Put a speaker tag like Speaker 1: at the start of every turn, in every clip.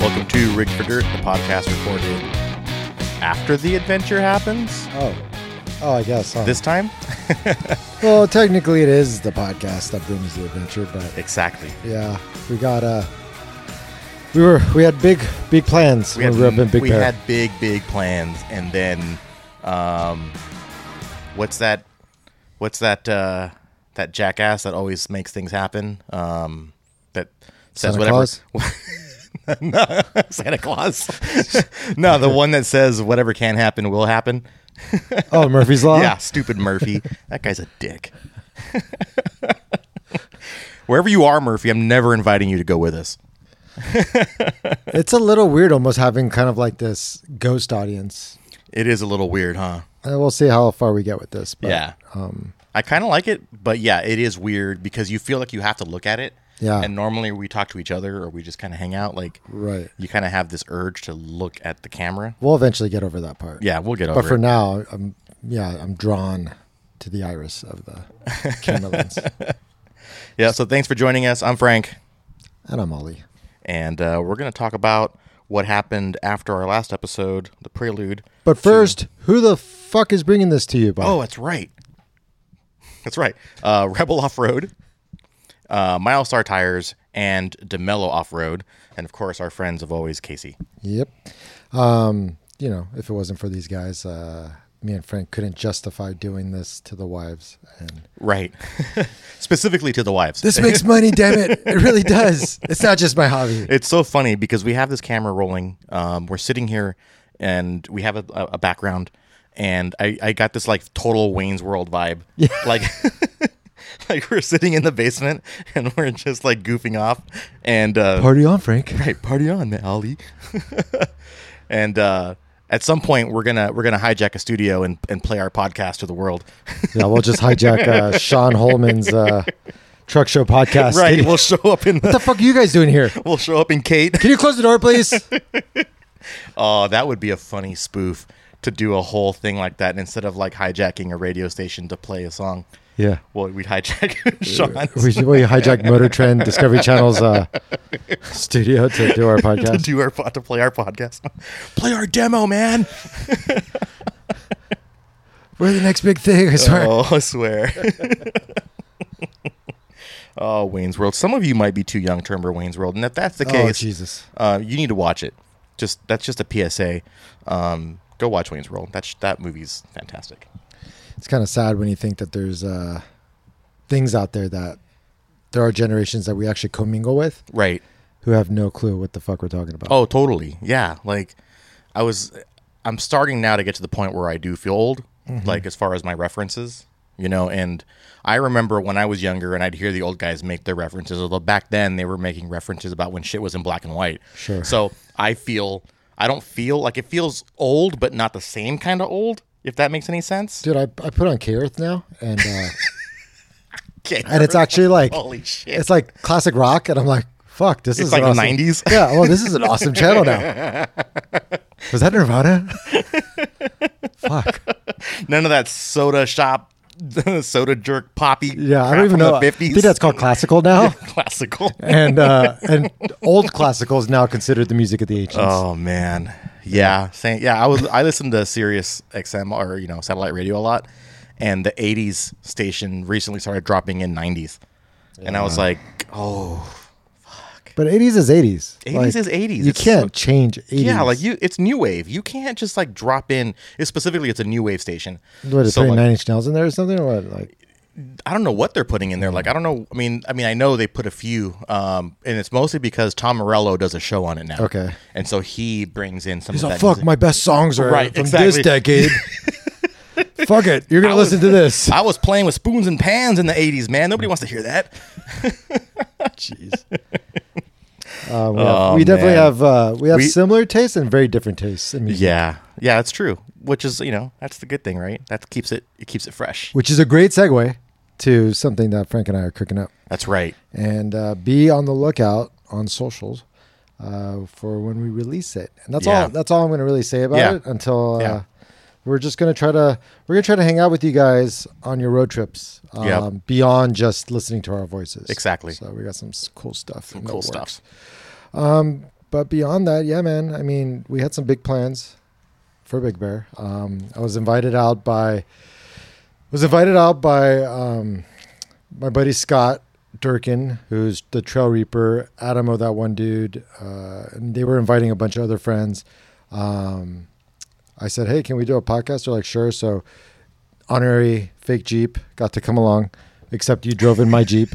Speaker 1: Rigged for Dirt, the podcast recorded after the adventure happens
Speaker 2: Oh, oh, I guess. Huh?
Speaker 1: this time.
Speaker 2: well, technically, it is the podcast that brings the adventure, but
Speaker 1: Exactly.
Speaker 2: yeah, we got uh, we were we had big big plans
Speaker 1: We
Speaker 2: when
Speaker 1: had,
Speaker 2: we were up in Big
Speaker 1: we
Speaker 2: Bear.
Speaker 1: had big, big plans, and then, um, what's that? What's that? Uh, that jackass that always makes things happen. Um, that says
Speaker 2: Santa
Speaker 1: whatever.
Speaker 2: Claus?
Speaker 1: No, Santa Claus. no, the one that says whatever can happen will happen.
Speaker 2: oh, Murphy's Law.
Speaker 1: Yeah, stupid Murphy. that guy's a dick. Wherever you are, Murphy, I'm never inviting you to go with us.
Speaker 2: it's a little weird, almost having kind of like this ghost audience.
Speaker 1: It is a little weird, huh?
Speaker 2: And we'll see how far we get with this. But,
Speaker 1: yeah.
Speaker 2: Um,
Speaker 1: I kind of like it, but yeah, it is weird because you feel like you have to look at it.
Speaker 2: Yeah.
Speaker 1: And normally we talk to each other or we just kind of hang out. Like,
Speaker 2: Right.
Speaker 1: you kind of have this urge to look at the camera.
Speaker 2: We'll eventually get over that part.
Speaker 1: Yeah, we'll get over
Speaker 2: But for
Speaker 1: it.
Speaker 2: now, I'm yeah, I'm drawn to the iris of the camera lens,
Speaker 1: Yeah. So thanks for joining us. I'm Frank,
Speaker 2: and I'm Ollie.
Speaker 1: and uh, we're going to talk about what happened after our last episode, the prelude.
Speaker 2: But first, who the fuck is bringing this to you? By
Speaker 1: Oh, that's right. That's right. Uh, Rebel Off Road, uh, Milestar Tires, and DeMello Off Road. And of course, our friends of always, Casey.
Speaker 2: Yep. Um, you know, if it wasn't for these guys, uh, me and Frank couldn't justify doing this to the wives. And
Speaker 1: Right. Specifically to the wives.
Speaker 2: this makes money, damn it! It really does. It's not just my hobby.
Speaker 1: it's so funny because we have this camera rolling. Um, we're sitting here and we have a, a a background. And I, I got this like total Wayne's World vibe. Yeah. Like, like we're sitting in the basement and we're just like goofing off. And uh,
Speaker 2: Party on, Frank.
Speaker 1: right party on man ali and uh at some point we're gonna we're gonna hijack a studio and, and play our podcast to the world
Speaker 2: Yeah, we'll just hijack uh, Sean Holman's uh, truck show podcast.
Speaker 1: right
Speaker 2: What
Speaker 1: we'll show up in
Speaker 2: the
Speaker 1: the
Speaker 2: fuck are you guys doing here?
Speaker 1: we'll show up in kate
Speaker 2: Can you close the door, please?
Speaker 1: oh that would be a funny spoof to do a whole thing like that instead of like hijacking a radio station to play a song
Speaker 2: Yeah.
Speaker 1: well we'd hijack sean's
Speaker 2: We, we hijacked Motor Trend, Discovery Channel's uh, studio to do our
Speaker 1: to
Speaker 2: podcast.
Speaker 1: do our pod to play our podcast play our demo man
Speaker 2: We're the next big thing, I swear.
Speaker 1: Oh, I swear. oh, Wayne's World. Some of you might be too young to remember Wayne's World, and if that's the
Speaker 2: Oh,
Speaker 1: case,
Speaker 2: Jesus.
Speaker 1: uh, you need to watch it. Just that's just a PSA. Um, go watch Wayne's World. That's that movie's fantastic.
Speaker 2: it's kind of sad when you think that there's uh, things out there that there are generations that we actually commingle with
Speaker 1: Right.
Speaker 2: who have no clue what the fuck we're talking about.
Speaker 1: Oh, totally. Yeah. Like, I was. I'm starting now to get to the point where I do feel old,
Speaker 2: Mm-hmm.
Speaker 1: like as far as my references, you know. And I remember when I was younger, and I'd hear the old guys make their references. Although back then they were making references about when shit was in black and white.
Speaker 2: Sure.
Speaker 1: So I feel. I don't feel like it feels old, but not the same kind of old. If that makes any sense.
Speaker 2: Dude, I, I put on K Earth now and uh,
Speaker 1: Okay.
Speaker 2: and it's actually like
Speaker 1: Holy shit.
Speaker 2: it's like classic rock and I'm like, fuck, this is
Speaker 1: Oh, like
Speaker 2: an
Speaker 1: the
Speaker 2: awesome-
Speaker 1: 90s?
Speaker 2: Yeah, well this is an awesome channel now. Was that Nirvana? fuck.
Speaker 1: None of that soda shop, soda jerk poppy.
Speaker 2: Yeah, I
Speaker 1: crap
Speaker 2: don't even
Speaker 1: from the
Speaker 2: know. I
Speaker 1: 50s.
Speaker 2: think that's called classical now.
Speaker 1: classical.
Speaker 2: And uh, and old classical is now considered the music of the ancients.
Speaker 1: Oh man, yeah, same. Yeah, I was I listened to Sirius XM or you know satellite radio a lot, and the '80s station recently started dropping in '90s, and I was like, oh
Speaker 2: But 80s is 80s.
Speaker 1: 80s is 80s.
Speaker 2: You
Speaker 1: It's
Speaker 2: can't
Speaker 1: so-
Speaker 2: change 80s.
Speaker 1: yeah, like you, it's new wave. You can't just like drop in. It's specifically, it's a new wave station.
Speaker 2: What, is
Speaker 1: So,
Speaker 2: putting
Speaker 1: like,
Speaker 2: Nine Inch Nails in there or something? Or what? Like,
Speaker 1: I don't know what they're putting in there. Like I don't know. I mean, I mean, I know they put a few, um, and it's mostly because Tom Morello does a show on it now.
Speaker 2: Okay.
Speaker 1: and so he brings in some.
Speaker 2: he's
Speaker 1: of that
Speaker 2: like, fuck,
Speaker 1: music.
Speaker 2: my best songs are
Speaker 1: Right,
Speaker 2: from
Speaker 1: exactly.
Speaker 2: this decade. fuck it. You're going to listen to this.
Speaker 1: I was Oh, playing with spoons and pans in the '80s, man. Nobody wants to hear that.
Speaker 2: Jeez. Um, we have- we definitely
Speaker 1: Oh, man.
Speaker 2: have uh, we have
Speaker 1: We-
Speaker 2: similar tastes and very different tastes in music,
Speaker 1: Yeah, yeah, that's true. Which is, you know, that's the good thing, right? That keeps it, it keeps it fresh.
Speaker 2: which is a great segue to something that Frank and I are cooking up.
Speaker 1: That's right.
Speaker 2: and uh, be on the lookout on socials uh, for when we release it. And that's
Speaker 1: Yeah.
Speaker 2: all. That's all I'm going to really say about
Speaker 1: Yeah.
Speaker 2: it until uh,
Speaker 1: Yeah.
Speaker 2: we're just going to try to we're going to try to hang out with you guys on your road trips. Um,
Speaker 1: Yep.
Speaker 2: Beyond just listening to our voices.
Speaker 1: Exactly.
Speaker 2: So we got some s- cool stuff. Some
Speaker 1: Cool stuff.
Speaker 2: but beyond that, yeah, man. I mean, we had some big plans for Big Bear. Um, I was invited out by was invited out by um, my buddy Scott Durkin, who's the Trail Reaper, Adamo, that one dude, uh, and they were inviting a bunch of other friends. Um, I said, "Hey, can we do a podcast?" They're like, "Sure." So, honorary fake Jeep got to come along, except you drove in my Jeep.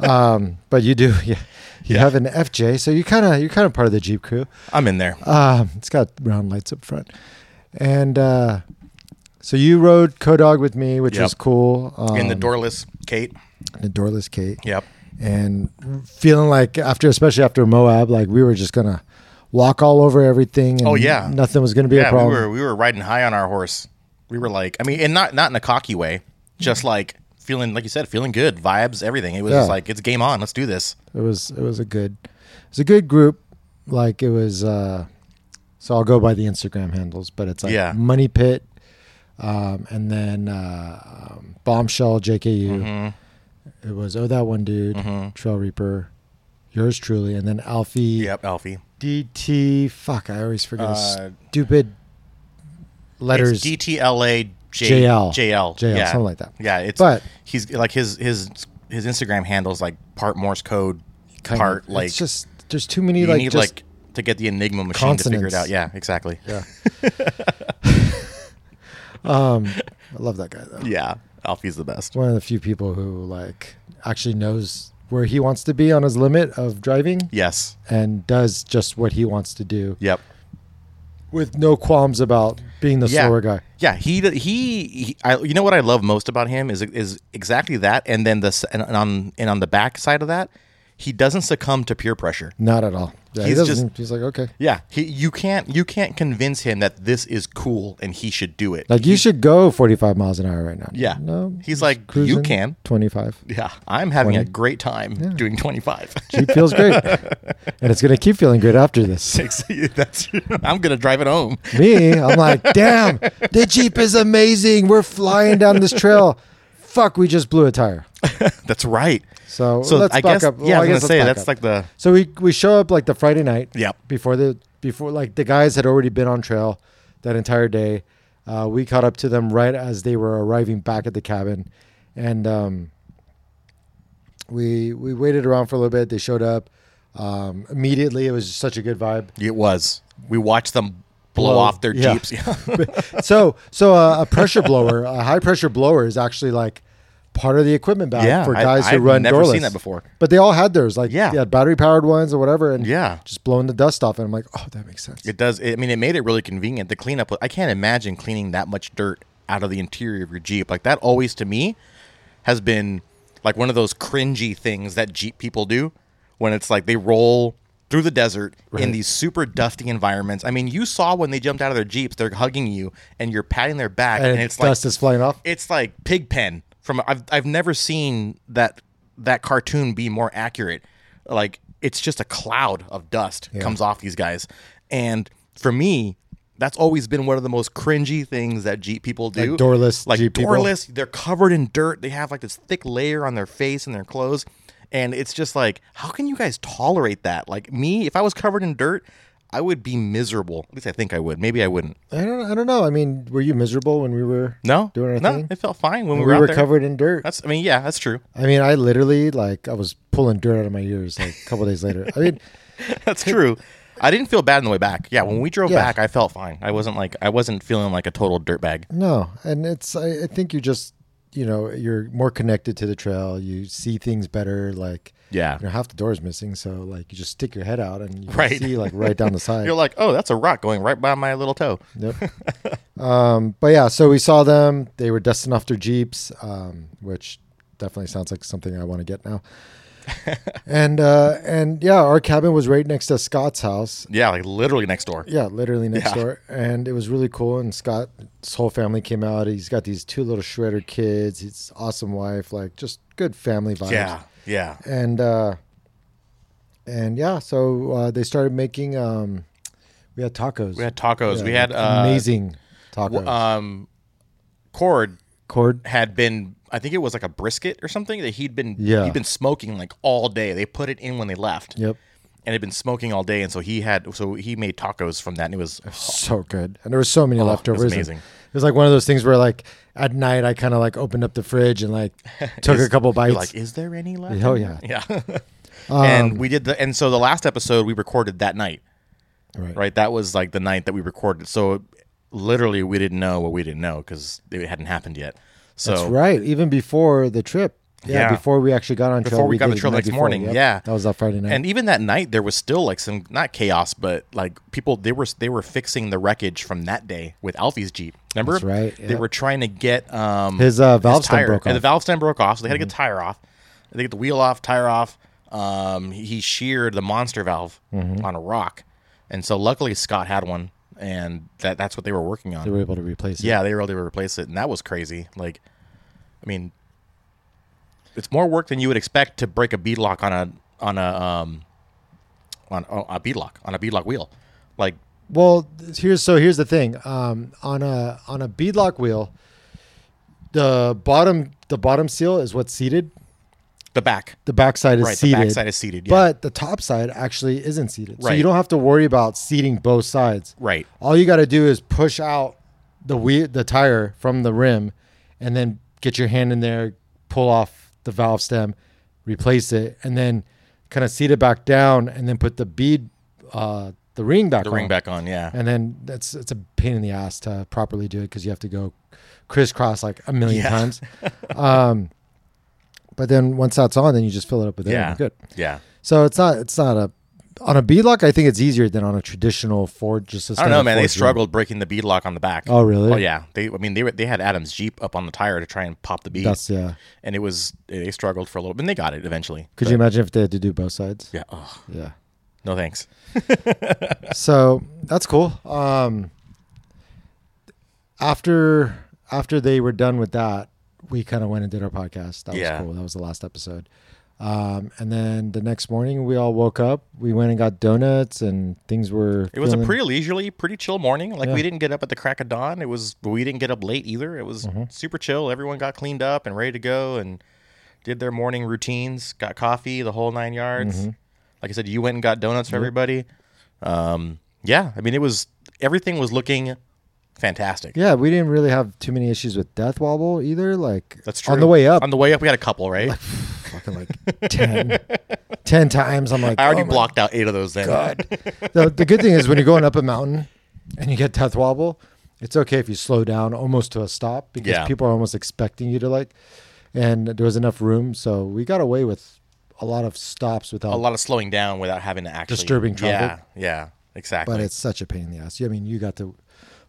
Speaker 2: um, but you do, yeah, you
Speaker 1: Yeah.
Speaker 2: have an FJ, so you kind of you're kind of part of the Jeep crew.
Speaker 1: I'm in there.
Speaker 2: Um, it's got round lights up front, and uh, so you rode Kodog with me, which
Speaker 1: Yep.
Speaker 2: was cool. Um,
Speaker 1: in the doorless Kate.
Speaker 2: the doorless Kate
Speaker 1: Yep.
Speaker 2: and feeling like after especially after Moab, like we were just gonna walk all over everything. And
Speaker 1: Oh, yeah.
Speaker 2: nothing was gonna be a
Speaker 1: Yeah, we
Speaker 2: problem.
Speaker 1: were we were riding high on our horse. We were like, I mean, and not not in a cocky way, just like feeling like you said, feeling good, vibes, everything. It was
Speaker 2: Yeah.
Speaker 1: just like it's game on. Let's do this.
Speaker 2: It was it was a good it was a good group. Like it was uh so I'll go by the Instagram handles, but it's like
Speaker 1: Yeah.
Speaker 2: Money Pit, um, and then uh, um, Bombshell JKU.
Speaker 1: Mm-hmm.
Speaker 2: It was oh that one dude, Trail Reaper, yours truly, and then Alfie
Speaker 1: Yep, Alfie.
Speaker 2: DT. Fuck, I always forget his
Speaker 1: Uh,
Speaker 2: stupid
Speaker 1: It's
Speaker 2: letters.
Speaker 1: DTLA JL.
Speaker 2: JL.
Speaker 1: JL.
Speaker 2: JL,
Speaker 1: yeah.
Speaker 2: something like that.
Speaker 1: Yeah, it's
Speaker 2: But-
Speaker 1: he's like his his his Instagram handles like part Morse code,
Speaker 2: kind of-
Speaker 1: part like
Speaker 2: it's just there's too many
Speaker 1: you
Speaker 2: like
Speaker 1: need
Speaker 2: just
Speaker 1: like to get the Enigma machine to figure
Speaker 2: consonants.
Speaker 1: it out. Yeah, exactly.
Speaker 2: yeah. um, I love that guy though.
Speaker 1: Yeah, Alfie's the best.
Speaker 2: He's one of the few people who like actually knows where he wants to be on his limit of driving
Speaker 1: Yes.
Speaker 2: and does just what he wants to do
Speaker 1: Yep.
Speaker 2: with no qualms about being the
Speaker 1: Yeah.
Speaker 2: slower guy.
Speaker 1: Yeah, he he, he I, you know what I love most about him is is exactly that, and then the s- and on and on the back side of that, he doesn't succumb to peer pressure.
Speaker 2: Not at all. Yeah, he
Speaker 1: He's
Speaker 2: doesn't. he's like okay.
Speaker 1: Yeah, he you can't you can't convince him that this is cool and he should do it.
Speaker 2: Like you should go 45 miles an hour right now.
Speaker 1: Yeah.
Speaker 2: No.
Speaker 1: He's like,
Speaker 2: cruising
Speaker 1: "You can."
Speaker 2: 25.
Speaker 1: yeah, I'm having a
Speaker 2: 20.
Speaker 1: great time doing 25.
Speaker 2: Jeep feels great, and it's gonna keep feeling good after this.
Speaker 1: That's I'm gonna drive it home.
Speaker 2: Me, I'm like, damn, the Jeep is amazing. We're flying down this trail. Fuck, we just blew a tire.
Speaker 1: That's right.
Speaker 2: So,
Speaker 1: So
Speaker 2: let's
Speaker 1: I
Speaker 2: back
Speaker 1: guess
Speaker 2: up.
Speaker 1: yeah,
Speaker 2: Well,
Speaker 1: I was
Speaker 2: guess
Speaker 1: gonna
Speaker 2: let's
Speaker 1: say
Speaker 2: back
Speaker 1: that's
Speaker 2: up.
Speaker 1: like the
Speaker 2: So we we show up like the Friday night.
Speaker 1: Yep.
Speaker 2: Before the before like the guys had already been on trail that entire day. Uh, we caught up to them right as they were arriving back at the cabin, and um, we we waited around for a little bit. They showed up um, immediately. It was just such a good vibe.
Speaker 1: it was. We watched them blow,
Speaker 2: Blow.
Speaker 1: off their
Speaker 2: Yeah.
Speaker 1: jeeps. Yeah.
Speaker 2: so so uh, a, a pressure blower, a high pressure blower is actually like part of the equipment bag
Speaker 1: Yeah,
Speaker 2: for
Speaker 1: I-
Speaker 2: guys who
Speaker 1: I've
Speaker 2: run
Speaker 1: never
Speaker 2: doorless.
Speaker 1: seen that before.
Speaker 2: But they all had theirs. Like
Speaker 1: Yeah.
Speaker 2: they had battery powered ones or whatever, and
Speaker 1: Yeah.
Speaker 2: just blowing the dust off. And I'm like, oh, that makes sense.
Speaker 1: It does. I mean, it made it really convenient. The cleanup. was- I can't imagine cleaning that much dirt out of the interior of your Jeep. Like that always to me has been like one of those cringy things that Jeep people do when it's like they roll through the desert in these super dusty environments. I mean, you saw when they jumped out of their Jeeps, they're hugging you and you're patting their back, and,
Speaker 2: and
Speaker 1: it's like
Speaker 2: dust is flying off.
Speaker 1: it's like pig pen from I've I've never seen that that cartoon be more accurate. Like it's just a cloud of dust comes off these guys. And for me, that's always been one of the most cringy things that Jeep people do.
Speaker 2: Like doorless
Speaker 1: like
Speaker 2: Jeep people?
Speaker 1: doorless. They're covered in dirt. They have like this thick layer on their face and their clothes. And it's just like, how can you guys tolerate that? Like me, if I was covered in dirt, I would be miserable. At least I think I would. Maybe I wouldn't.
Speaker 2: I don't I don't know. I mean, were you miserable when we were
Speaker 1: No,
Speaker 2: doing our
Speaker 1: no,
Speaker 2: thing?
Speaker 1: it felt fine when we
Speaker 2: We
Speaker 1: were, out
Speaker 2: were
Speaker 1: there.
Speaker 2: covered in dirt.
Speaker 1: That's. I mean, yeah, that's true.
Speaker 2: I mean, I literally like I was pulling dirt out of my ears like a couple days later. I mean,
Speaker 1: That's true. I didn't feel bad on the way back. Yeah, when we drove
Speaker 2: Yeah.
Speaker 1: back, I felt fine. I wasn't like I wasn't feeling like a total dirtbag.
Speaker 2: No, and it's I, I think you just you know you're more connected to the trail. You see things better. Like
Speaker 1: Yeah.
Speaker 2: you know, half the door is missing, so like you just stick your head out and you can
Speaker 1: Right.
Speaker 2: see like right down the side.
Speaker 1: You're like, oh, that's a rock going right by my little toe.
Speaker 2: Yep. um, but yeah, so we saw them. They were dusting off their jeeps, um, which definitely sounds like something I want to get now. and uh, and yeah, our cabin was right next to Scott's house,
Speaker 1: Yeah, like literally next door.
Speaker 2: Yeah, literally next
Speaker 1: Yeah.
Speaker 2: door, and it was really cool. And Scott's whole family came out. He's got these two little shredder kids. His awesome wife, like just good family vibes.
Speaker 1: Yeah, yeah.
Speaker 2: and uh, and yeah, so uh, they started making. Um, we had tacos.
Speaker 1: We had tacos.
Speaker 2: Yeah,
Speaker 1: we had
Speaker 2: like
Speaker 1: uh,
Speaker 2: amazing tacos.
Speaker 1: Um, cord
Speaker 2: Cord.
Speaker 1: had been. I think it was like a brisket or something that he'd been.
Speaker 2: Yeah.
Speaker 1: He'd been smoking like all day. They put it in when they left.
Speaker 2: Yep.
Speaker 1: and had been smoking all day, and so he had so he made tacos from that, and it was
Speaker 2: so good. And there was so many
Speaker 1: Oh, it was
Speaker 2: leftovers. and
Speaker 1: amazing.
Speaker 2: It was like one of those things where like at night I kind of like opened up the fridge and like took
Speaker 1: Is-
Speaker 2: a couple
Speaker 1: you're
Speaker 2: bites.
Speaker 1: Like, is there any left?
Speaker 2: Oh,
Speaker 1: in
Speaker 2: yeah. Um,
Speaker 1: there?" yeah. and we did the and so the last episode we recorded that night,
Speaker 2: right.
Speaker 1: right? That was like the night that we recorded. So literally, we didn't know what we didn't know because it hadn't happened yet. So
Speaker 2: That's right. Even before the trip. Yeah,
Speaker 1: Yeah.
Speaker 2: Before we actually got on trail.
Speaker 1: Before we got on
Speaker 2: did it
Speaker 1: trail the
Speaker 2: night
Speaker 1: next
Speaker 2: before.
Speaker 1: morning, yeah.
Speaker 2: That was that Friday night.
Speaker 1: and even that night there was still like some not chaos but like people they were they were fixing the wreckage from that day with alfie's jeep remember
Speaker 2: That's right,
Speaker 1: they
Speaker 2: yeah.
Speaker 1: were trying to get um
Speaker 2: His, uh, valve stem
Speaker 1: tire.
Speaker 2: broke
Speaker 1: and the
Speaker 2: off. Mm-hmm.
Speaker 1: valve stem broke off so they had to get the tire off they get the wheel off tire off um he, he sheared the monster valve
Speaker 2: Mm-hmm.
Speaker 1: on a rock and so luckily scott had one and that that's what they were working on
Speaker 2: they were able to replace it.
Speaker 1: yeah they were able to replace it and that was crazy like i mean it's more work than you would expect to break a bead lock on a on a um on oh, a bead lock on a bead lock wheel like
Speaker 2: Well, th- here's so here's the thing. Um, on a on a beadlock wheel, the bottom the bottom seal is what's seated.
Speaker 1: the back
Speaker 2: The backside is
Speaker 1: right
Speaker 2: seated.
Speaker 1: the back side is seated yeah.
Speaker 2: But the top side actually isn't seated. So
Speaker 1: Right.
Speaker 2: you don't have to worry about seating both sides.
Speaker 1: right
Speaker 2: All you got to do is push out the wheel, the tire from the rim and then get your hand in there, pull off the valve stem, replace it, and then kind of seat it back down and then put the bead, uh, the ring back
Speaker 1: the
Speaker 2: on.
Speaker 1: ring back on yeah
Speaker 2: And then that's it's a pain in the ass to properly do it because you have to go crisscross like a million
Speaker 1: Yeah.
Speaker 2: times. um, but then once that's on, then you just fill it up with air. and
Speaker 1: yeah
Speaker 2: you're Good.
Speaker 1: yeah
Speaker 2: So it's not it's not a on a beadlock. I think it's easier than on a traditional Ford. Just
Speaker 1: I
Speaker 2: a
Speaker 1: don't know,
Speaker 2: standard
Speaker 1: man. They
Speaker 2: Ford drill.
Speaker 1: struggled breaking the bead lock on the back.
Speaker 2: Oh, really?
Speaker 1: Oh, yeah. They, I mean, they were, they had Adam's Jeep up on the tire to try and pop the bead,
Speaker 2: That's yeah.
Speaker 1: and it was they struggled for a little, bit, and they got it eventually.
Speaker 2: Could you imagine if they had to do both sides?
Speaker 1: Yeah. Oh,
Speaker 2: Yeah.
Speaker 1: no thanks.
Speaker 2: so that's cool. Um, after after they were done with that, we kind of went and did our podcast. That
Speaker 1: Yeah.
Speaker 2: was cool. That was the last episode. Um, and then the next morning, we all woke up. We went and got donuts, and things were.
Speaker 1: It was a
Speaker 2: feeling-
Speaker 1: pretty leisurely, pretty chill morning. Like
Speaker 2: Yeah.
Speaker 1: we didn't get up at the crack of dawn. It was we didn't get up late either. It was
Speaker 2: Mm-hmm.
Speaker 1: super chill. Everyone got cleaned up and ready to go and did their morning routines. Got coffee, the whole nine yards.
Speaker 2: Mm-hmm.
Speaker 1: Like I said, you went and got donuts for everybody. Um, yeah, I mean it was everything was looking fantastic.
Speaker 2: Yeah, we didn't really have too many issues with death wobble either. Like
Speaker 1: That's true.
Speaker 2: On the way up,
Speaker 1: on the way up, we had a couple, right?
Speaker 2: fucking like 10, 10 times. I'm like,
Speaker 1: I already
Speaker 2: "Oh my
Speaker 1: blocked out eight of those. Then
Speaker 2: the, the good thing is when you're going up a mountain and you get death wobble, it's okay if you slow down almost to a stop because
Speaker 1: Yeah.
Speaker 2: people are almost expecting you to like. And there was enough room, so we got away with a lot of stops without.
Speaker 1: a lot of slowing down without having to actually
Speaker 2: Disturbing traffic.
Speaker 1: Yeah, yeah, exactly.
Speaker 2: but it's such a pain in the ass. I mean, you got to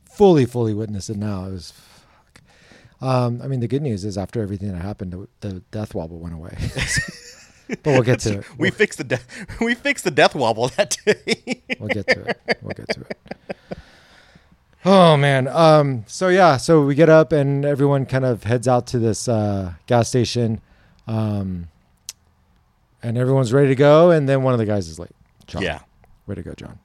Speaker 2: fully, fully witness it now. It was. fuck. Um, I mean, the good news is after everything that happened, the, the death wobble went away. but we'll get to it.
Speaker 1: we fixed the de- we fixed the death wobble that day.
Speaker 2: We'll get to it. We'll get to it. Oh man. Um. So yeah. So we get up and everyone kind of heads out to this uh, gas station, um, and everyone's ready to go. And then one of the guys is late. John.
Speaker 1: yeah.
Speaker 2: Way to go, John.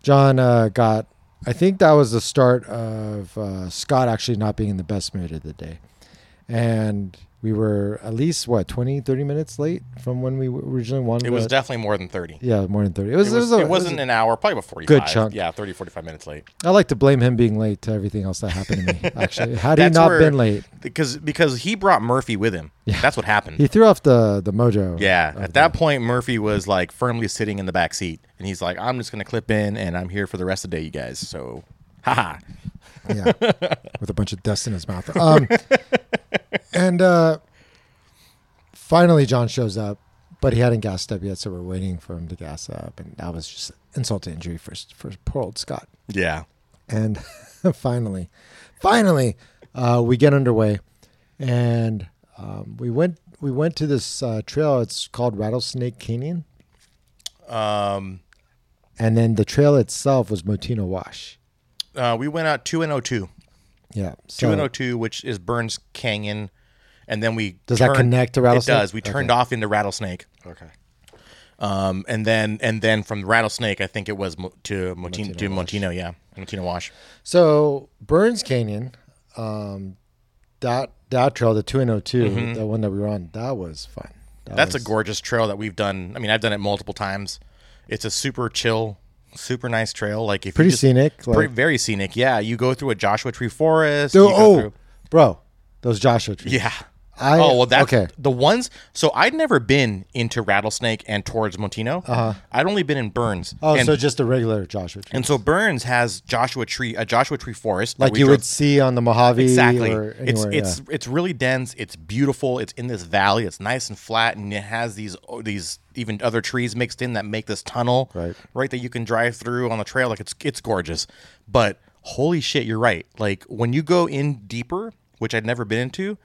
Speaker 2: John uh, got. I think that was the start of uh, Scott actually not being in the best mood of the day, and we were at least what 20, 30 minutes late from when we originally wanted.
Speaker 1: It was
Speaker 2: to-
Speaker 1: definitely more than 30.
Speaker 2: yeah, more than thirty. It was.
Speaker 1: It, was,
Speaker 2: a-
Speaker 1: it wasn't an hour, probably about 45.
Speaker 2: chunk.
Speaker 1: Yeah, 30, 45 minutes late.
Speaker 2: I like to blame him being late to everything else that happened to me. Actually, had he
Speaker 1: That's
Speaker 2: not
Speaker 1: where-
Speaker 2: been late,
Speaker 1: Because because he brought Murphy with him. That's what happened.
Speaker 2: he threw off the the mojo.
Speaker 1: yeah.
Speaker 2: of
Speaker 1: At that point, Murphy was like firmly sitting in the back seat. And he's like, I'm just going to clip in and I'm here for the rest of the day, you guys. So, haha.
Speaker 2: the- yeah, with a bunch of dust in his mouth. Um, and uh, finally, John shows up, but he hadn't gassed up yet, so we're waiting for him to gas up, and that was just insult to injury for for poor old Scott.
Speaker 1: Yeah.
Speaker 2: And finally, finally, uh, we get underway, and um, we went we went to this uh, trail. It's called Rattlesnake Canyon.
Speaker 1: Um,
Speaker 2: and then the trail itself was Motino Wash.
Speaker 1: uh, we went out 2 and 02.
Speaker 2: Yeah, so
Speaker 1: 2 and oh- 02, which is Burns Canyon. And then we.
Speaker 2: Oh. Does that connect to Rattlesnake?
Speaker 1: It does. We turned off into Rattlesnake. Okay. Um, and then and then from Rattlesnake, I think it was Mo- to Montino, to Montino, yeah, Montino Wash.
Speaker 2: so Burns Canyon, um, that that trail, the two and oh
Speaker 1: Mm-hmm.
Speaker 2: two, the one that we were on, that was fun. That
Speaker 1: That's
Speaker 2: was,
Speaker 1: a gorgeous trail that we've done. I mean, I've done it multiple times. It's a super chill, super nice trail. Like if you
Speaker 2: Pretty
Speaker 1: just-
Speaker 2: scenic. Like,
Speaker 1: pre- very scenic. Yeah, you go through a Joshua tree forest.
Speaker 2: Dude,
Speaker 1: you go
Speaker 2: oh,
Speaker 1: through-
Speaker 2: bro, those Joshua trees.
Speaker 1: yeah.
Speaker 2: I-
Speaker 1: oh well, that's
Speaker 2: okay.
Speaker 1: the ones. So I'd never been into Rattlesnake and towards Montino. Uh-huh. I'd only been in Burns.
Speaker 2: Oh,
Speaker 1: and,
Speaker 2: so just a regular Joshua tree,
Speaker 1: and so Burns has Joshua tree, a Joshua tree forest, that
Speaker 2: like
Speaker 1: we
Speaker 2: you
Speaker 1: drove
Speaker 2: would see on the Mojave
Speaker 1: exactly
Speaker 2: or anywhere.
Speaker 1: it's it's
Speaker 2: yeah.
Speaker 1: it's really dense it's beautiful it's in this valley it's nice and flat and it has these oh, these even other trees mixed in that make this tunnel
Speaker 2: Right.
Speaker 1: that you can drive through on the trail like it's it's gorgeous but holy shit you're right like when you go in deeper which i'd never been into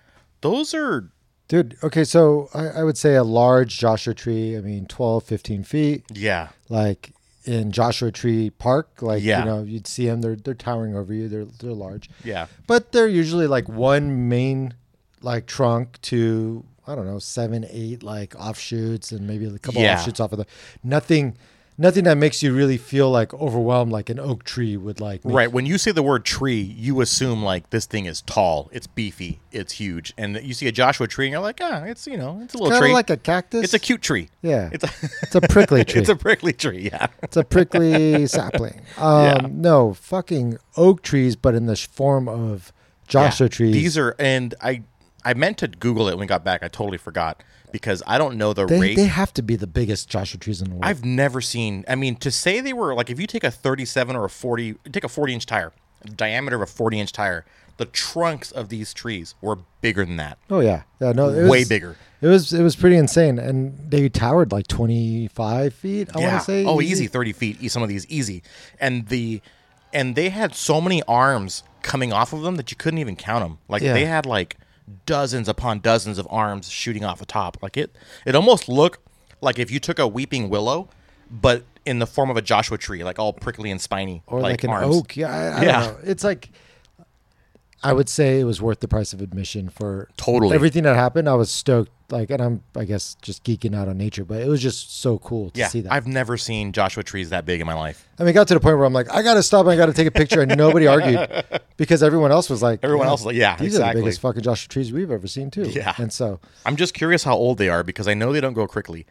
Speaker 1: those are
Speaker 2: dude. Okay, so I, I would say a large Joshua tree. I mean, 12, 15 feet.
Speaker 1: yeah
Speaker 2: like in Joshua Tree Park, like
Speaker 1: Yeah.
Speaker 2: you know, you'd see them. They're they're towering over you. They're they're large.
Speaker 1: Yeah.
Speaker 2: but they're usually like one main like trunk to I don't know seven eight like offshoots and maybe a couple
Speaker 1: Yeah.
Speaker 2: offshoots off of the nothing. Nothing that makes you really feel like overwhelmed, like an oak tree would like. make-
Speaker 1: Right. When you say the word tree, you assume like this thing is tall, it's beefy, it's huge, and you see a Joshua tree, and you're like, ah, it's you know, it's a little
Speaker 2: Kinda
Speaker 1: tree,
Speaker 2: like a cactus.
Speaker 1: it's a cute tree.
Speaker 2: Yeah.
Speaker 1: It's a,
Speaker 2: It's a prickly tree.
Speaker 1: it's a prickly tree. Yeah.
Speaker 2: It's a prickly sapling. Um, No, fucking oak trees, but in the sh- form of Joshua trees.
Speaker 1: These are, and I I meant to Google it when we got back. I totally forgot because I don't know the
Speaker 2: They,
Speaker 1: rate.
Speaker 2: they have to be the biggest Joshua trees in the world.
Speaker 1: I've never seen. I mean, to say they were like, if you take a 37 or a 40, take a 40 inch tire, diameter of a 40 inch tire, the trunks of these trees were bigger than that.
Speaker 2: oh yeah, yeah, no, it
Speaker 1: Way
Speaker 2: was-
Speaker 1: bigger.
Speaker 2: It was it was pretty insane, and they towered like twenty five feet. I
Speaker 1: yeah.
Speaker 2: want to say.
Speaker 1: oh, easy, 30 feet. e- Some of these easy, and the and they had so many arms coming off of them that you couldn't even count them. Like
Speaker 2: Yeah.
Speaker 1: they had like dozens upon dozens of arms shooting off the top. Like it, it almost looked like if you took a weeping willow, but in the form of a Joshua tree, like all prickly and spiny,
Speaker 2: or like, an
Speaker 1: arms.
Speaker 2: oak. Yeah, I, I
Speaker 1: Yeah.
Speaker 2: Don't know. It's like I would say it was worth the price of admission for
Speaker 1: Totally.
Speaker 2: everything that happened. I was stoked, like, and I'm I guess just geeking out on nature, but it was just so cool to
Speaker 1: Yeah,
Speaker 2: see that.
Speaker 1: I've never seen Joshua trees that big in my life.
Speaker 2: I mean, it got to the point where I'm like, I gotta stop, and I gotta take a picture, and nobody argued because everyone else was like,
Speaker 1: Everyone else was like, yeah,
Speaker 2: these are the
Speaker 1: exactly.
Speaker 2: biggest fucking Joshua trees we've ever seen too.
Speaker 1: Yeah.
Speaker 2: and so
Speaker 1: I'm just curious how old they are because I know they don't grow quickly.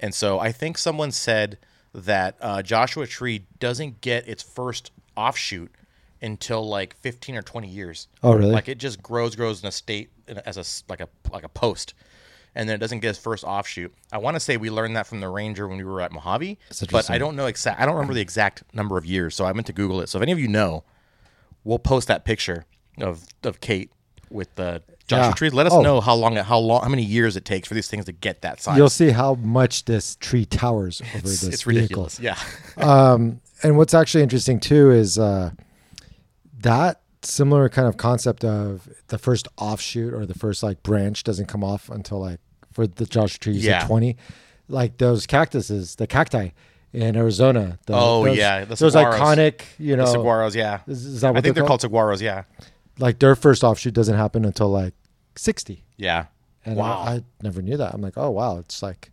Speaker 1: And so I think someone said that uh, Joshua tree doesn't get its first offshoot until like 15 or 20 years.
Speaker 2: Oh, really?
Speaker 1: Like it just grows, grows in a state in a- as a s- like a like a post, and then it doesn't get its first offshoot. I want to say we learned that from the ranger when we were at Mojave, but I
Speaker 2: interesting.
Speaker 1: don't know exact. I don't remember the exact number of years, so I meant to Google it. So if any of you know, we'll post that picture of of Kate with the Joshua
Speaker 2: Yeah.
Speaker 1: trees. Let us
Speaker 2: Oh.
Speaker 1: know how long it, how long, how many years it takes for these things to get that size.
Speaker 2: You'll see how much this tree towers over
Speaker 1: it's,
Speaker 2: this
Speaker 1: it's
Speaker 2: vehicle.
Speaker 1: ridiculous. Yeah,
Speaker 2: And what's actually interesting too is uh, that similar kind of concept of the first offshoot or the first like branch doesn't come off until like for the Joshua tree, you said
Speaker 1: Yeah.
Speaker 2: 20. Like those cactuses, the cacti in Arizona. the-
Speaker 1: Oh,
Speaker 2: those,
Speaker 1: yeah, the
Speaker 2: Those
Speaker 1: saguaros.
Speaker 2: iconic, you know,
Speaker 1: the saguaros. Yeah,
Speaker 2: Is- is that
Speaker 1: I
Speaker 2: what
Speaker 1: think
Speaker 2: they're
Speaker 1: they're called? saguaros. Yeah,
Speaker 2: like their first offshoot doesn't happen until like 60.
Speaker 1: yeah.
Speaker 2: And
Speaker 1: wow,
Speaker 2: I, I never knew that. I'm like, oh, wow. It's like,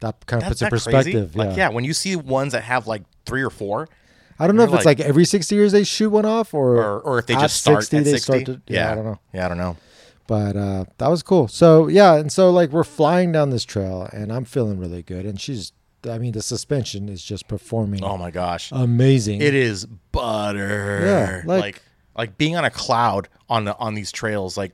Speaker 2: that kind of
Speaker 1: that's
Speaker 2: puts in perspective.
Speaker 1: Crazy? Like yeah, when you see ones that have like three or four,
Speaker 2: I don't know if
Speaker 1: You're
Speaker 2: it's
Speaker 1: like-
Speaker 2: like every 60 years they shoot one off or
Speaker 1: or, or if they
Speaker 2: at
Speaker 1: just start
Speaker 2: 60,
Speaker 1: at
Speaker 2: they
Speaker 1: sixty.
Speaker 2: start to, yeah, I don't know.
Speaker 1: Yeah, I don't know.
Speaker 2: But uh, that was cool. So, yeah. And so, like, we're flying down this trail and I'm feeling really good. And she's, I mean, the suspension is just performing
Speaker 1: Oh my gosh,
Speaker 2: amazing.
Speaker 1: it is butter.
Speaker 2: Um, Yeah, like-
Speaker 1: like like being on a cloud on the, on these trails. Like,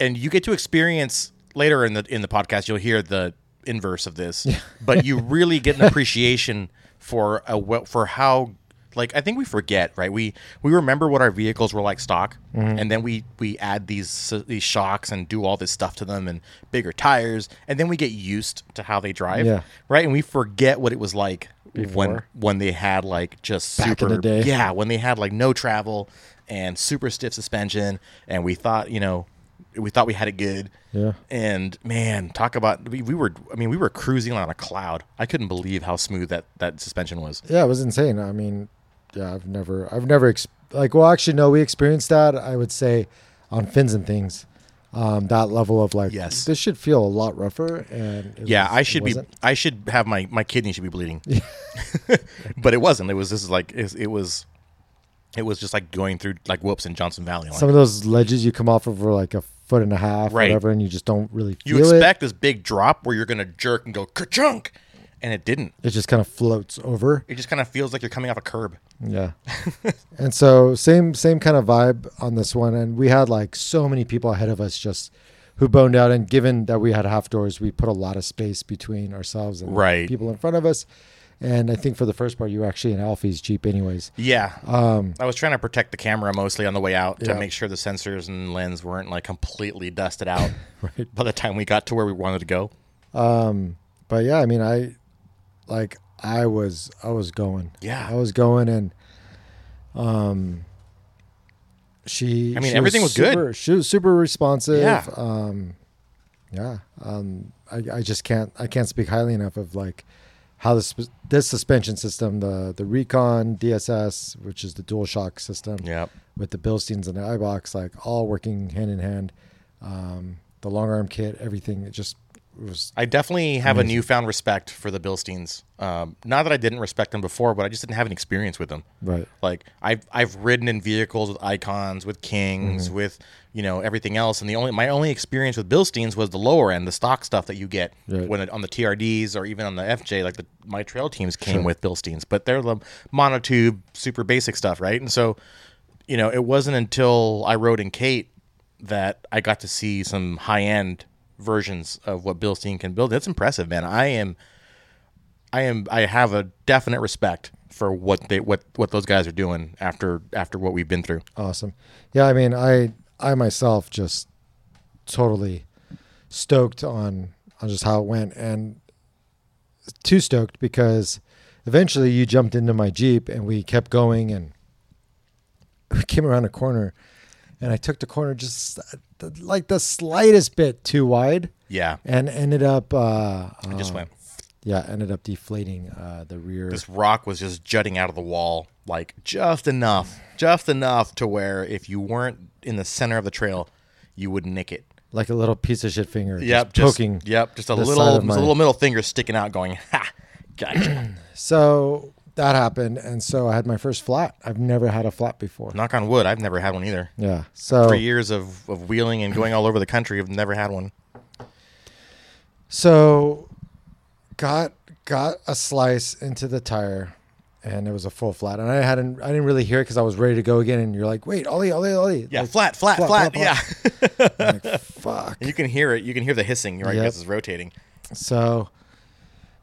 Speaker 1: and you get to experience later in the in the podcast. You'll hear the inverse of this, but you really get an appreciation for a we- for how like I think we forget right. We we remember what our vehicles were like stock, and then we we add these these shocks and do all this stuff to them and bigger tires, and then we get used to how they drive.
Speaker 2: Yeah.
Speaker 1: Right, and we forget what it was like when when they had like just
Speaker 2: Back in
Speaker 1: super
Speaker 2: the day.
Speaker 1: yeah when they had like no travel and super stiff suspension and we thought you know we thought we had it good
Speaker 2: Yeah.
Speaker 1: and man talk about we, we were i mean we were cruising on a cloud i couldn't believe how smooth that that suspension was
Speaker 2: yeah, it was insane. I mean, yeah, I've never, I've never, ex- like, well, actually, no, we experienced that, I would say, on fins and things. Um, that level of like,
Speaker 1: Yes.
Speaker 2: this should feel a lot rougher. And it
Speaker 1: yeah
Speaker 2: was-
Speaker 1: i
Speaker 2: it
Speaker 1: should be
Speaker 2: wasn't.
Speaker 1: i should have my my kidney should be bleeding but it wasn't it was this is like it, it was it was just like going through like whoops in johnson valley like,
Speaker 2: Some of those ledges you come off of were like a foot and a half,
Speaker 1: Right.
Speaker 2: whatever, and you just don't really
Speaker 1: you
Speaker 2: feel it.
Speaker 1: expect this big drop where you're gonna jerk and go ka-chunk and it didn't.
Speaker 2: It just kind of floats over.
Speaker 1: It just kind of feels like you're coming off a curb.
Speaker 2: Yeah. and so same same kind of vibe on this one and we had like so many people ahead of us just who boned out and given that we had half doors, we put a lot of space between ourselves and
Speaker 1: Right.
Speaker 2: people in front of us. And I think for the first part you were actually in Alfie's Jeep anyways.
Speaker 1: Yeah. Um, I was trying to protect the camera mostly on the way out
Speaker 2: Yeah.
Speaker 1: to make sure the sensors and lens weren't like completely dusted out by the time we got to where we wanted to go.
Speaker 2: But yeah, I mean I like I was I was going.
Speaker 1: Yeah.
Speaker 2: I was going and um she
Speaker 1: I mean,
Speaker 2: she
Speaker 1: everything was good.
Speaker 2: super- She was super responsive.
Speaker 1: Yeah.
Speaker 2: Um yeah. Um I, I just can't I can't speak highly enough of like how this this suspension system, the the Recon DSS, which is the dual shock system
Speaker 1: Yep.
Speaker 2: with the Bilsteins and the iBox, like all working hand in hand. Um the long arm kit, everything it just it was
Speaker 1: I definitely have a newfound respect for the Bilsteins. Um, not that I didn't respect them before, but I just didn't have an experience with them.
Speaker 2: right.
Speaker 1: Like I've I've ridden in vehicles with icons, with kings, with you know everything else, and the only my only experience with Bilsteins was the lower end, the stock stuff that you get
Speaker 2: Right.
Speaker 1: when it, on the TRDs or even on the FJ. Like the my trail teams came with Bilsteins, but they're the monotube, super basic stuff, right? And so, you know, it wasn't until I rode in Kate that I got to see some high end versions of what Bilstein can build. That's impressive, man. I am. I am I have a definite respect for what they what what those guys are doing after after what we've been through.
Speaker 2: Awesome. Yeah, I mean, I I myself just totally stoked on on just how it went and too stoked because eventually you jumped into my Jeep and we kept going and we came around a corner and I took the corner just uh, like the slightest bit too wide
Speaker 1: Yeah. Uh-huh.
Speaker 2: and ended up uh,
Speaker 1: I just
Speaker 2: uh,
Speaker 1: went.
Speaker 2: yeah, ended up deflating uh, the rear
Speaker 1: This rock was just jutting out of the wall like just enough, just enough to where if you weren't in the center of the trail, you would nick it.
Speaker 2: like a little piece of shit finger
Speaker 1: Yep,
Speaker 2: just poking
Speaker 1: Just, yep, just a
Speaker 2: the
Speaker 1: little
Speaker 2: side of
Speaker 1: just
Speaker 2: my-
Speaker 1: a little middle finger sticking out going, "Ha. Gotcha."
Speaker 2: So that happened, and so I had my first flat. I've never had a flat before.
Speaker 1: Knock on wood, I've never had one either.
Speaker 2: Yeah. So
Speaker 1: For years of, of wheeling and going all over the country, I've never had one.
Speaker 2: so got got a slice into the tire, and it was a full flat. And I hadn't I didn't really hear it because I was ready to go again. And you're like, wait, ollie, ollie, ollie.
Speaker 1: Yeah,
Speaker 2: Like,
Speaker 1: flat, flat,
Speaker 2: flat,
Speaker 1: flat,
Speaker 2: flat,
Speaker 1: yeah.
Speaker 2: I'm like, fuck.
Speaker 1: And you can hear it. You can hear the hissing, right?
Speaker 2: Yep.
Speaker 1: Because it's rotating.
Speaker 2: So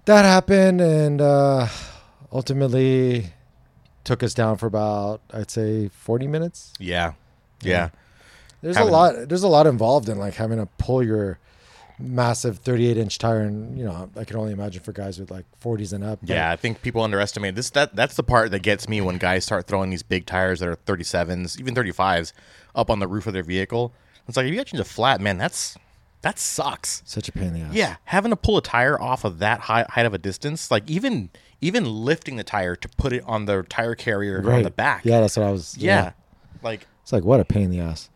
Speaker 2: that happened, and uh, ultimately took us down for about I'd say 40 minutes.
Speaker 1: Yeah. Yeah.
Speaker 2: There's
Speaker 1: having-
Speaker 2: a lot. There's a lot involved in like having to pull your massive 38 inch tire, and you know, I can only imagine for guys with like 40s and up. but
Speaker 1: Yeah, I think people underestimate this. That that's the part that gets me when guys start throwing these big tires that are 37s, even 35s, up on the roof of their vehicle. It's like if you got a flat, man, that's that sucks.
Speaker 2: such a pain in the ass.
Speaker 1: Yeah, having to pull a tire off of that high height of a distance, like even even lifting the tire to put it on the tire carrier on
Speaker 2: Right.
Speaker 1: the back.
Speaker 2: Yeah, that's what I was.
Speaker 1: yeah. Like,
Speaker 2: it's like what a pain in the ass.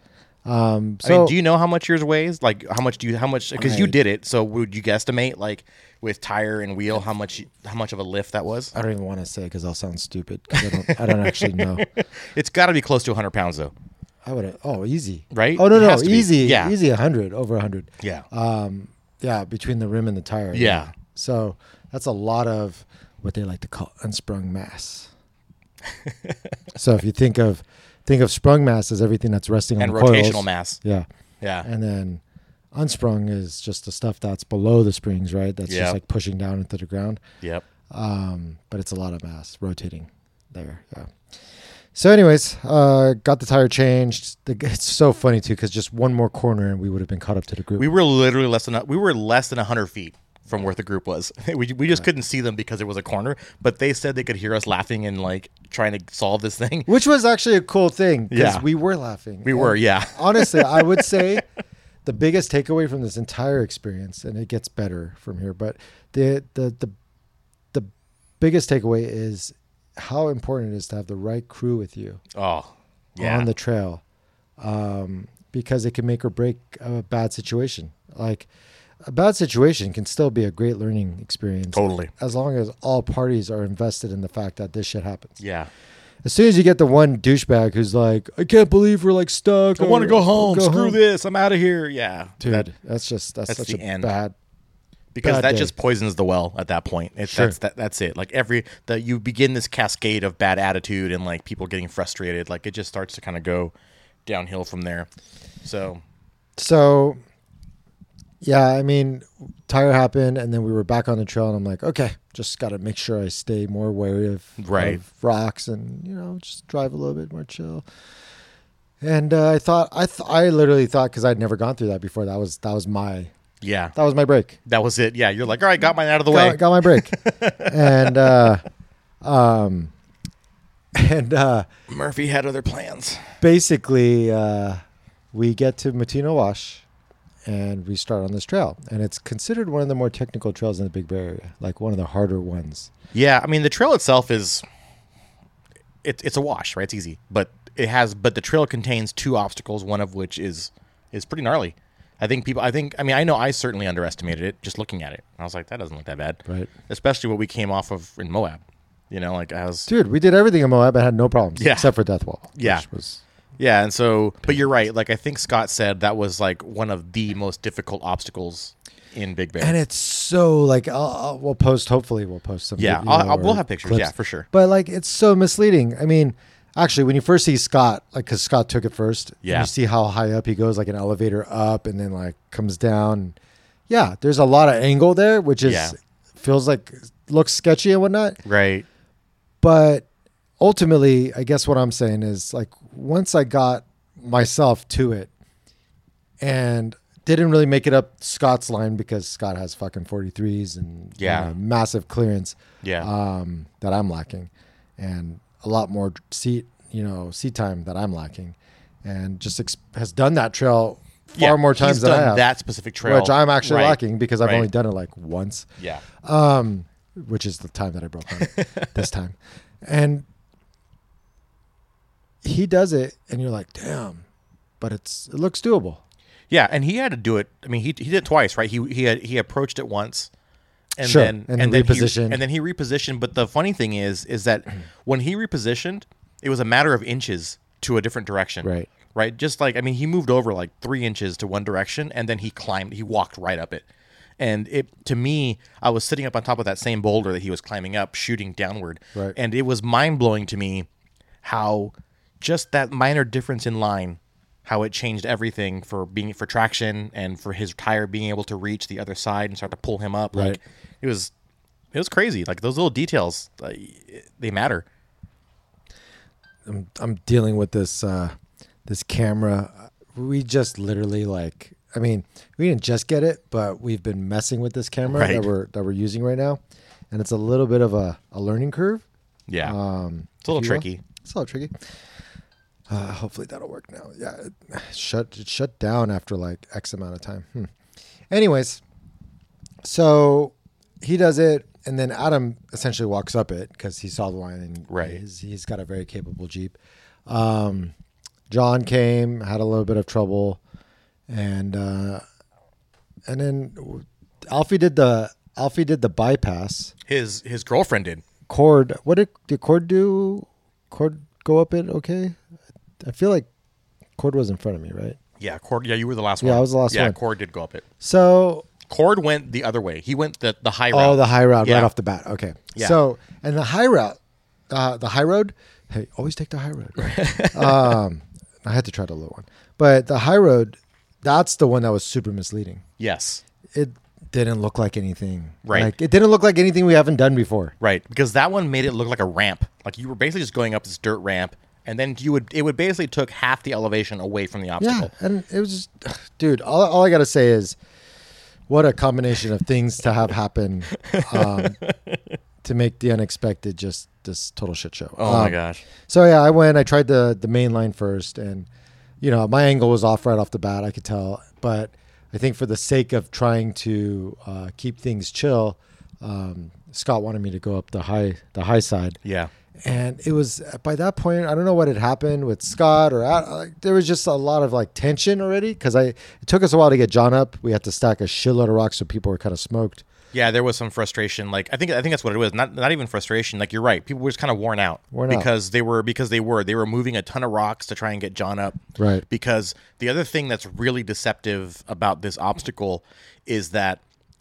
Speaker 2: Um,
Speaker 1: I
Speaker 2: so
Speaker 1: mean, do you know how much yours weighs? Like, how much do you how much? Because you
Speaker 2: I-
Speaker 1: did it, so would you guesstimate like with tire and wheel how much how much of a lift that was?
Speaker 2: I don't even want to say because I'll sound stupid. 'cause I don't, I don't actually know.
Speaker 1: It's got to be close to 100 pounds though.
Speaker 2: I would have. Oh, easy.
Speaker 1: Right?
Speaker 2: Oh no
Speaker 1: It
Speaker 2: no
Speaker 1: has to be.
Speaker 2: easy
Speaker 1: Yeah.
Speaker 2: easy 100 over 100.
Speaker 1: Yeah.
Speaker 2: Um, Yeah, between the rim and the tire.
Speaker 1: Yeah.
Speaker 2: So that's a lot of what they like to call unsprung mass. so if you think of think of sprung mass as everything that's resting
Speaker 1: and
Speaker 2: on the
Speaker 1: rotational
Speaker 2: coils.
Speaker 1: mass.
Speaker 2: Yeah.
Speaker 1: Yeah.
Speaker 2: And then unsprung is just the stuff that's below the springs, right? That's
Speaker 1: Yeah.
Speaker 2: just like pushing down into the ground.
Speaker 1: Yep.
Speaker 2: Um, but it's a lot of mass rotating there. Yeah. So, anyways, uh, got the tire changed. The, it's so funny too because just one more corner and we would have been caught up to the group.
Speaker 1: We were literally less than a, we were less than 100 feet from where the group was. We, we just couldn't see them because it was a corner, but they said they could hear us laughing and like trying to solve this thing.
Speaker 2: which was actually a cool thing because
Speaker 1: Yeah.
Speaker 2: we were laughing.
Speaker 1: We were, yeah.
Speaker 2: honestly, I would say the biggest takeaway from this entire experience, and it gets better from here, but the the the the biggest takeaway is how important it is to have the right crew with you
Speaker 1: Oh. Yeah.
Speaker 2: on the trail, um, because it can make or break a bad situation. Like a bad situation can still be a great learning experience.
Speaker 1: totally.
Speaker 2: As long as all parties are invested in the fact that this shit happens.
Speaker 1: Yeah.
Speaker 2: As soon as you get the one douchebag who's like, I can't believe we're like stuck.
Speaker 1: I want to
Speaker 2: or-
Speaker 1: go home. Screw
Speaker 2: home."
Speaker 1: this. I'm out of here. Yeah.
Speaker 2: Dude,
Speaker 1: That-
Speaker 2: that's just that's,
Speaker 1: that's
Speaker 2: such
Speaker 1: the
Speaker 2: a
Speaker 1: end.
Speaker 2: bad
Speaker 1: because
Speaker 2: Bad
Speaker 1: that
Speaker 2: day.
Speaker 1: just poisons the well at that point. It's
Speaker 2: Sure.
Speaker 1: that's that, that's it. Like every that you begin this cascade of bad attitude and like people getting frustrated. Like it just starts to kind of go downhill from there. So
Speaker 2: So, yeah, I mean, tire happened, and then we were back on the trail, and I'm like, okay, just got to make sure I stay more wary of,
Speaker 1: Right.
Speaker 2: of rocks, and you know, just drive a little bit more chill. And uh, I thought, I th- I literally thought because I'd never gone through that before. That was that was my
Speaker 1: yeah,
Speaker 2: that was my break.
Speaker 1: that was it. Yeah, you're like, all right, got mine out of the way.
Speaker 2: Got, got my break, and uh, um, and uh,
Speaker 1: Murphy had other plans.
Speaker 2: basically, uh, we get to Matino Wash and we start on this trail. And it's considered one of the more technical trails in the Big Bear area, like one of the harder ones.
Speaker 1: Yeah, I mean the trail itself is it, it's a wash, right? It's easy, but it has but the trail contains two obstacles, one of which is is pretty gnarly. I think people. I think. I mean, I know I certainly underestimated it just looking at it. I was like, that doesn't look that bad,
Speaker 2: Right.
Speaker 1: Especially what we came off of in Moab. You know, like I was.
Speaker 2: Dude, we did everything in Moab and had no problems
Speaker 1: Yeah.
Speaker 2: except for Death Wall.
Speaker 1: Yeah.
Speaker 2: Which was,
Speaker 1: Yeah, and so, but you're right. Like I think Scott said that was like one of the most difficult obstacles in Big Bear.
Speaker 2: and it's so like, I'll, I'll, we'll post, hopefully, we'll post some.
Speaker 1: yeah,
Speaker 2: video
Speaker 1: I'll, I'll,
Speaker 2: or
Speaker 1: we'll have pictures.
Speaker 2: clips.
Speaker 1: Yeah, for sure.
Speaker 2: But like, it's so misleading. I mean, actually, when you first see Scott, like, because Scott took it first, and
Speaker 1: Yeah.
Speaker 2: you see how high up he goes, like an elevator up, and then like comes down. Yeah, there's a lot of angle there, which is
Speaker 1: Yeah.
Speaker 2: feels like looks sketchy and whatnot.
Speaker 1: Right.
Speaker 2: But ultimately, I guess what I'm saying is like once I got myself to it, and didn't really make it up Scott's line because Scott has fucking 43s and you
Speaker 1: Yeah.
Speaker 2: know, massive clearance
Speaker 1: Yeah.
Speaker 2: um, that I'm lacking, and a lot more seat, you know, seat time that I'm lacking, and just ex- has done that trail far
Speaker 1: Yeah,
Speaker 2: more
Speaker 1: he's
Speaker 2: times than I
Speaker 1: done
Speaker 2: have,
Speaker 1: that specific trail,
Speaker 2: which I'm actually
Speaker 1: Right.
Speaker 2: lacking because I've
Speaker 1: right.
Speaker 2: only done it like once,
Speaker 1: Yeah.
Speaker 2: which is the time that I broke on it this time, and he does it, and you're like, damn, but it's it looks doable.
Speaker 1: Yeah, and he had to do it. I mean, he he did it twice, right? He he had, he approached it once, and
Speaker 2: Sure,
Speaker 1: then
Speaker 2: and
Speaker 1: then
Speaker 2: repositioned.
Speaker 1: He, and then he repositioned. But the funny thing is, is that when he repositioned, it was a matter of inches to a different direction.
Speaker 2: Right.
Speaker 1: Right. Just like I mean, he moved over like three inches to one direction, and then he climbed. He walked right up it. And it to me, I was sitting up on top of that same boulder that he was climbing up, shooting downward.
Speaker 2: Right.
Speaker 1: And it was mind blowing to me how just that minor difference in line, how it changed everything for being for traction and for his tire being able to reach the other side and start to pull him up.
Speaker 2: Right.
Speaker 1: Like it was, it was crazy. Like those little details, like, it- they matter.
Speaker 2: I'm I'm dealing with this uh this camera. We just literally like I mean, we didn't just get it, but we've been messing with this camera
Speaker 1: Right.
Speaker 2: that we're that we're using right now. And it's a little bit of a, a learning curve.
Speaker 1: Yeah,
Speaker 2: Um
Speaker 1: it's a little
Speaker 2: if you will.
Speaker 1: tricky.
Speaker 2: It's a little tricky. Uh, hopefully that'll work now. Yeah, it shut it shut down after like X amount of time. Hmm. Anyways, so he does it, and then Adam essentially walks up it because he saw the line and
Speaker 1: Right.
Speaker 2: he's, he's got a very capable Jeep. Um, John came, had a little bit of trouble, and uh, and then Alfie did the Alfie did the bypass.
Speaker 1: His his girlfriend did.
Speaker 2: Cord, what did, did Cord do? Cord go up it okay? I feel like Cord was in front of me, right?
Speaker 1: Yeah, Cord. Yeah, you were the last
Speaker 2: Yeah,
Speaker 1: one.
Speaker 2: I was the last
Speaker 1: yeah,
Speaker 2: one.
Speaker 1: Cord did go up it.
Speaker 2: So,
Speaker 1: Cord went the other way. He went the the high route.
Speaker 2: oh, the high route
Speaker 1: Yeah.
Speaker 2: right off the bat. Okay.
Speaker 1: Yeah.
Speaker 2: So, and the high route, uh, the high road, hey, always take the high road. um, I had to try the low one, but the high road, that's the one that was super misleading.
Speaker 1: yes,
Speaker 2: It didn't look like anything.
Speaker 1: Right.
Speaker 2: Like, it didn't look like anything we haven't done before.
Speaker 1: right. Because that one made it look like a ramp. Like you were basically just going up this dirt ramp, and then you would it would basically took half the elevation away from the
Speaker 2: Yeah,
Speaker 1: obstacle.
Speaker 2: and it was, just, dude. All, all I gotta say is, what a combination of things to have happen um, to make the unexpected just this total shit show.
Speaker 1: Oh my
Speaker 2: Um,
Speaker 1: gosh.
Speaker 2: So yeah, I went. I tried the the main line first, and you know my angle was off right off the bat. I could tell, but I think for the sake of trying to uh, keep things chill, um, Scott wanted me to go up the high the high side
Speaker 1: Yeah.
Speaker 2: and it was by that point i don't know what had happened with scott or Ad- like, there was just a lot of like tension already because i it took us a while to get john up we had to stack a shitload of rocks so people were kind of smoked
Speaker 1: Yeah, there was some frustration. Like I think I think that's what it was. Not not even frustration. Like you're right. People were just kind of worn out
Speaker 2: Worn out.
Speaker 1: because they were because they were they were moving a ton of rocks to try and get John up.
Speaker 2: Right.
Speaker 1: Because the other thing that's really deceptive about this obstacle is that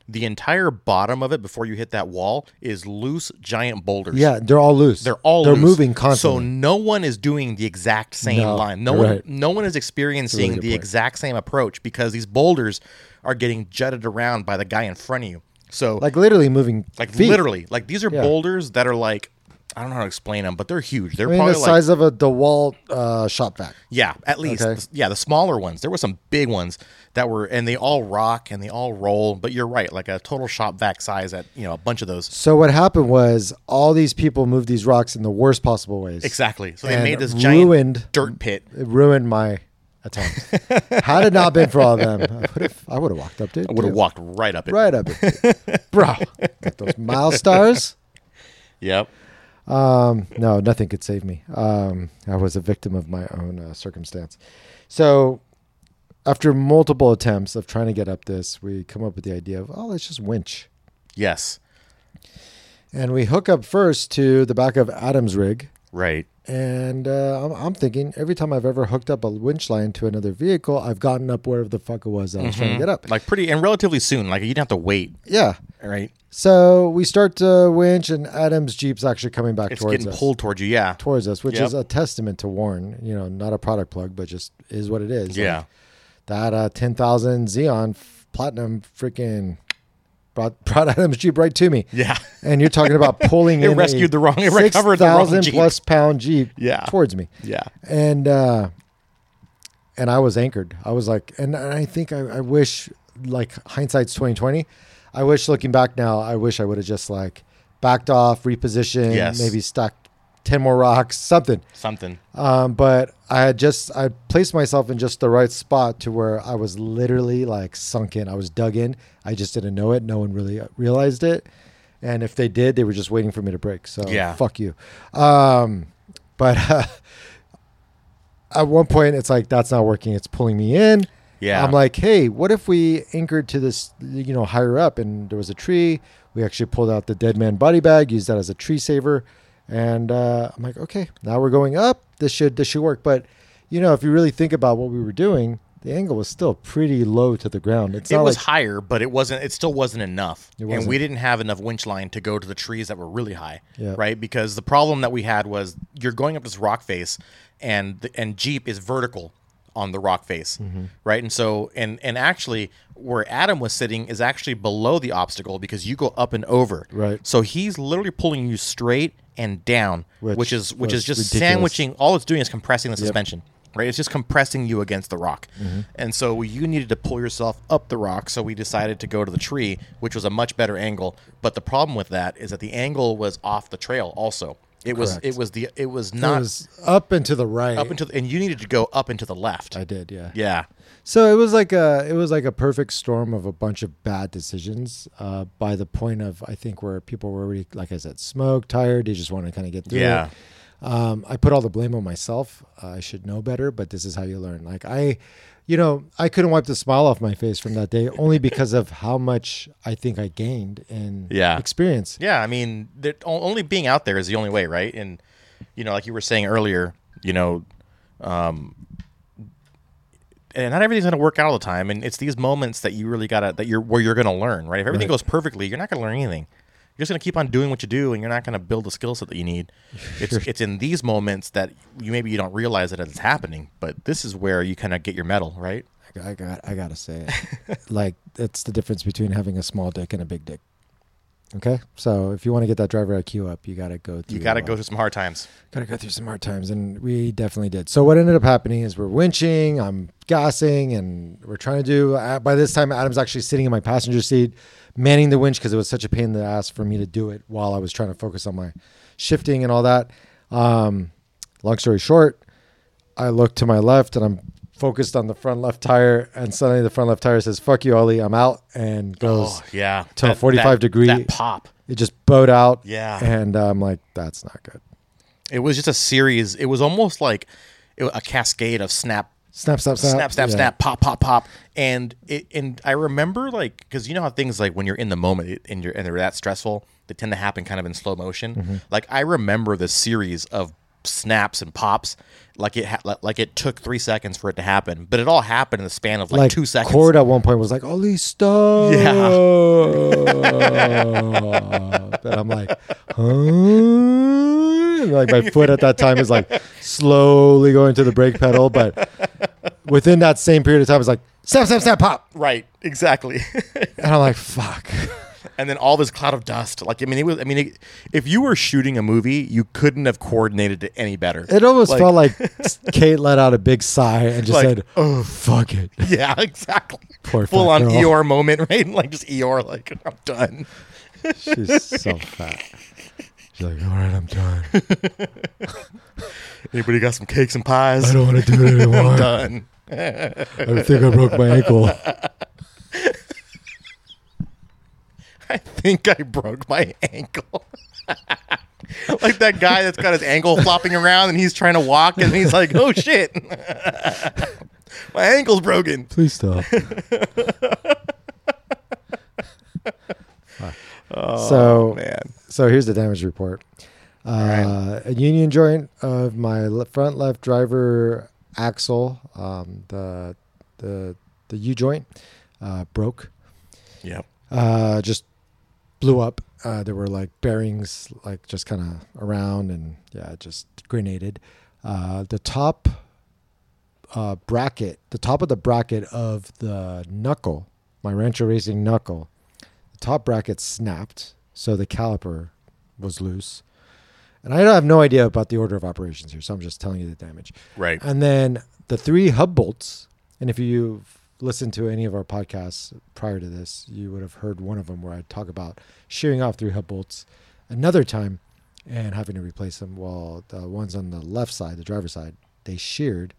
Speaker 1: the entire bottom of it before you hit that wall is loose giant boulders.
Speaker 2: Yeah, they're all loose.
Speaker 1: They're all
Speaker 2: they're
Speaker 1: loose.
Speaker 2: moving
Speaker 1: So
Speaker 2: constantly.
Speaker 1: no one is doing the exact same
Speaker 2: No,
Speaker 1: line. No
Speaker 2: you're
Speaker 1: one
Speaker 2: right.
Speaker 1: no one is experiencing
Speaker 2: good
Speaker 1: the
Speaker 2: point.
Speaker 1: exact same approach because these boulders are getting jutted around by the guy in front of you. So like,
Speaker 2: like literally moving. feet.
Speaker 1: literally, like these are
Speaker 2: Yeah.
Speaker 1: boulders that are like I don't know how to explain them, but they're huge. They're
Speaker 2: I mean,
Speaker 1: probably
Speaker 2: the
Speaker 1: like
Speaker 2: size of a DeWalt uh, shop vac.
Speaker 1: yeah, at least.
Speaker 2: Okay.
Speaker 1: Yeah, the smaller ones. There were some big ones that were, and they all rock and they all roll. But you're right, like a total shop vac size at you know a bunch of those.
Speaker 2: So what happened was all these people moved these rocks in the worst possible ways.
Speaker 1: Exactly. So they
Speaker 2: And
Speaker 1: made this giant
Speaker 2: ruined-
Speaker 1: dirt pit.
Speaker 2: It ruined my attempt. Had it not been for all them, I would have. I would have walked up to it.
Speaker 1: I would have
Speaker 2: too.
Speaker 1: walked right up it.
Speaker 2: right up it, bro. Got those mile stars.
Speaker 1: Yep.
Speaker 2: Um, no, nothing could save me. Um, I was a victim of my own uh, circumstance. So, after multiple attempts of trying to get up this, we come up with the idea of, oh, let's just winch.
Speaker 1: Yes.
Speaker 2: And we hook up first to the back of Adam's rig.
Speaker 1: Right.
Speaker 2: And uh, I'm, I'm thinking every time I've ever hooked up a winch line to another vehicle, I've gotten up wherever the fuck it was that I was trying
Speaker 1: Mm-hmm.
Speaker 2: to get up.
Speaker 1: Like pretty and relatively soon. Like you didn't have to wait.
Speaker 2: Yeah.
Speaker 1: Right.
Speaker 2: So we start to winch, and Adam's Jeep's actually coming back
Speaker 1: It's
Speaker 2: towards
Speaker 1: getting
Speaker 2: us.
Speaker 1: pulled towards you. Yeah.
Speaker 2: towards us, which
Speaker 1: Yep.
Speaker 2: is a testament to Warren. You know, not a product plug, but just is what it is.
Speaker 1: Yeah.
Speaker 2: Like, that uh, ten thousand Xeon f- Platinum freaking brought brought Adam's Jeep right to me.
Speaker 1: yeah.
Speaker 2: And you're talking about pulling
Speaker 1: It
Speaker 2: in
Speaker 1: rescued
Speaker 2: a
Speaker 1: the wrong- it recovered the wrong
Speaker 2: 6,000
Speaker 1: Jeep.
Speaker 2: plus pound Jeep
Speaker 1: Yeah.
Speaker 2: towards me,
Speaker 1: Yeah.
Speaker 2: and uh, and I was anchored. I was like, and I think I, I wish like hindsight's twenty twenty. I wish looking back now, I wish I would have just like backed off, repositioned,
Speaker 1: Yes.
Speaker 2: maybe stacked ten more rocks, something
Speaker 1: Something.
Speaker 2: um, but I had just I placed myself in just the right spot to where I was literally like sunk in. I was dug in. I just didn't know it. No one really uh, realized it, and if they did, they were just waiting for me to break. So
Speaker 1: Yeah.
Speaker 2: fuck you. Um, but uh, at one point, it's like that's not working. It's pulling me in.
Speaker 1: Yeah.
Speaker 2: I'm like, hey, what if we anchored to this, you know, higher up, and there was a tree. We actually pulled out the dead man body bag, used that as a tree saver, and uh, I'm like, okay, now we're going up. This should this should work. But you know, if you really think about what we were doing, the angle was still pretty low to the ground. It's
Speaker 1: It
Speaker 2: not
Speaker 1: was
Speaker 2: like
Speaker 1: higher, but it wasn't. It still wasn't enough, and
Speaker 2: wasn't.
Speaker 1: we didn't have enough winch line to go to the trees that were really high,
Speaker 2: Yeah.
Speaker 1: right? Because the problem that we had was you're going up this rock face, and the, and Jeep is vertical on the rock face,
Speaker 2: Mm-hmm.
Speaker 1: right? And so and and actually where Adam was sitting is actually below the obstacle because you go up and over,
Speaker 2: Right.
Speaker 1: So he's literally pulling you straight and down, which,
Speaker 2: Which
Speaker 1: is which is
Speaker 2: was
Speaker 1: just
Speaker 2: ridiculous.
Speaker 1: sandwiching. All it's doing is compressing the suspension, right? It's just compressing you against the rock,
Speaker 2: Mm-hmm.
Speaker 1: and so you needed to pull yourself up the rock. So we decided to go to the tree, which was a much better angle. But the problem with that is that the angle was off the trail. Also, it was
Speaker 2: Correct.
Speaker 1: it was the it was
Speaker 2: it
Speaker 1: not
Speaker 2: was up and to the right.
Speaker 1: up into the, and you needed to go up into the left.
Speaker 2: I did, yeah.
Speaker 1: yeah,
Speaker 2: So it was like a it was like a perfect storm of a bunch of bad decisions. Uh, by the point of I think where people were already, like I said, smoked, tired. They just want to kind of get through.
Speaker 1: Yeah.
Speaker 2: It. Um, I put all the blame on myself. I should know better, but this is how you learn. Like I, you know, I couldn't wipe the smile off my face from that day only because of how much I think I gained in
Speaker 1: Yeah.
Speaker 2: experience.
Speaker 1: Yeah, I mean, there- o- only being out there is the only way, right? And you know, like you were saying earlier, you know, um, and not everything's gonna work out all the time, and it's these moments that you really gotta that you're where you're gonna learn, right? If everything goes perfectly, you're not gonna learn anything. You're just gonna keep on doing what you do, and you're not gonna build the skill set that you need. It's it's in these moments that you maybe you don't realize that it's happening, but this is where you kind of get your medal, right?
Speaker 2: I got I gotta say it. like it's the difference between having a small dick and a big dick. Okay, so if you want to get that driver IQ up, you gotta go. Through,
Speaker 1: You gotta
Speaker 2: uh,
Speaker 1: go through some hard times.
Speaker 2: gotta go through some hard times and we definitely did so what ended up happening is we're winching i'm gassing and we're trying to do uh, by this time adam's actually sitting in my passenger seat manning the winch because it was such a pain in the ass for me to do it while i was trying to focus on my shifting and all that um, long story short i look to my left and i'm focused on the front left tire and suddenly the front left tire says fuck you ollie i'm out and goes
Speaker 1: Oh yeah,
Speaker 2: to a
Speaker 1: That-
Speaker 2: 45
Speaker 1: that-
Speaker 2: degree-
Speaker 1: that pop.
Speaker 2: it just bowed out
Speaker 1: Yeah.
Speaker 2: and i'm like that's not good
Speaker 1: It was just a series. It was almost like it- a cascade of snap,
Speaker 2: snap snap snap
Speaker 1: snap, snap,
Speaker 2: Yeah.
Speaker 1: snap, pop, pop, pop, and it. And I remember like because you know how things like when you're in the moment it- and you're
Speaker 2: Mm-hmm.
Speaker 1: and they're that stressful, they tend to happen kind of in slow motion. Like I remember the series of snaps and pops. Like it, ha- like it took three seconds for it to happen, but it all happened in the span of like,
Speaker 2: like
Speaker 1: two seconds.
Speaker 2: Cord at one point was like, "Holy stuff!" and I'm like, huh? And, like my foot at that time is like slowly going to the brake pedal, but within that same period of time, it's like snap, snap, snap, pop,
Speaker 1: Right, exactly.
Speaker 2: and I'm like, "Fuck."
Speaker 1: and then all this cloud of dust. Like I mean, it was. I mean, it, if you were shooting a movie, you couldn't have coordinated it any better.
Speaker 2: It almost
Speaker 1: Like-
Speaker 2: felt like Kate let out a big sigh and just
Speaker 1: Like,
Speaker 2: said, "Oh, fuck it."
Speaker 1: Yeah, exactly.
Speaker 2: Poor
Speaker 1: Full on
Speaker 2: fat girl.
Speaker 1: Eeyore moment, right? Like just Eeyore, like I'm done.
Speaker 2: She's so fat. She's like, "All right, I'm done.
Speaker 1: Anybody got some cakes and pies?
Speaker 2: I don't want to do it anymore."
Speaker 1: I'm done.
Speaker 2: I think I broke my ankle.
Speaker 1: I think I broke my ankle. like that guy that's got his ankle flopping around and he's trying to walk and he's like, oh shit. my ankle's broken.
Speaker 2: Please stop. so,
Speaker 1: Oh, man.
Speaker 2: so here's the damage report. Uh, A union joint of my le- front left driver axle, um, the the the U joint, uh, broke.
Speaker 1: Yep.
Speaker 2: Uh, just blew up. Uh, there were like bearings, like just kind of around, and yeah, it just grenaded. Uh, the top uh, bracket, the top of the bracket of the knuckle, my Rancho Racing knuckle, the top bracket snapped, so the caliper was loose. And I have no idea about the order of operations here, so I'm just telling you the damage.
Speaker 1: Right.
Speaker 2: And then the three hub bolts. And if you've listened to any of our podcasts prior to this, you would have heard one of them where I talk about shearing off three hub bolts another time and having to replace them. Well, the ones on the left side, the driver's side, they sheared.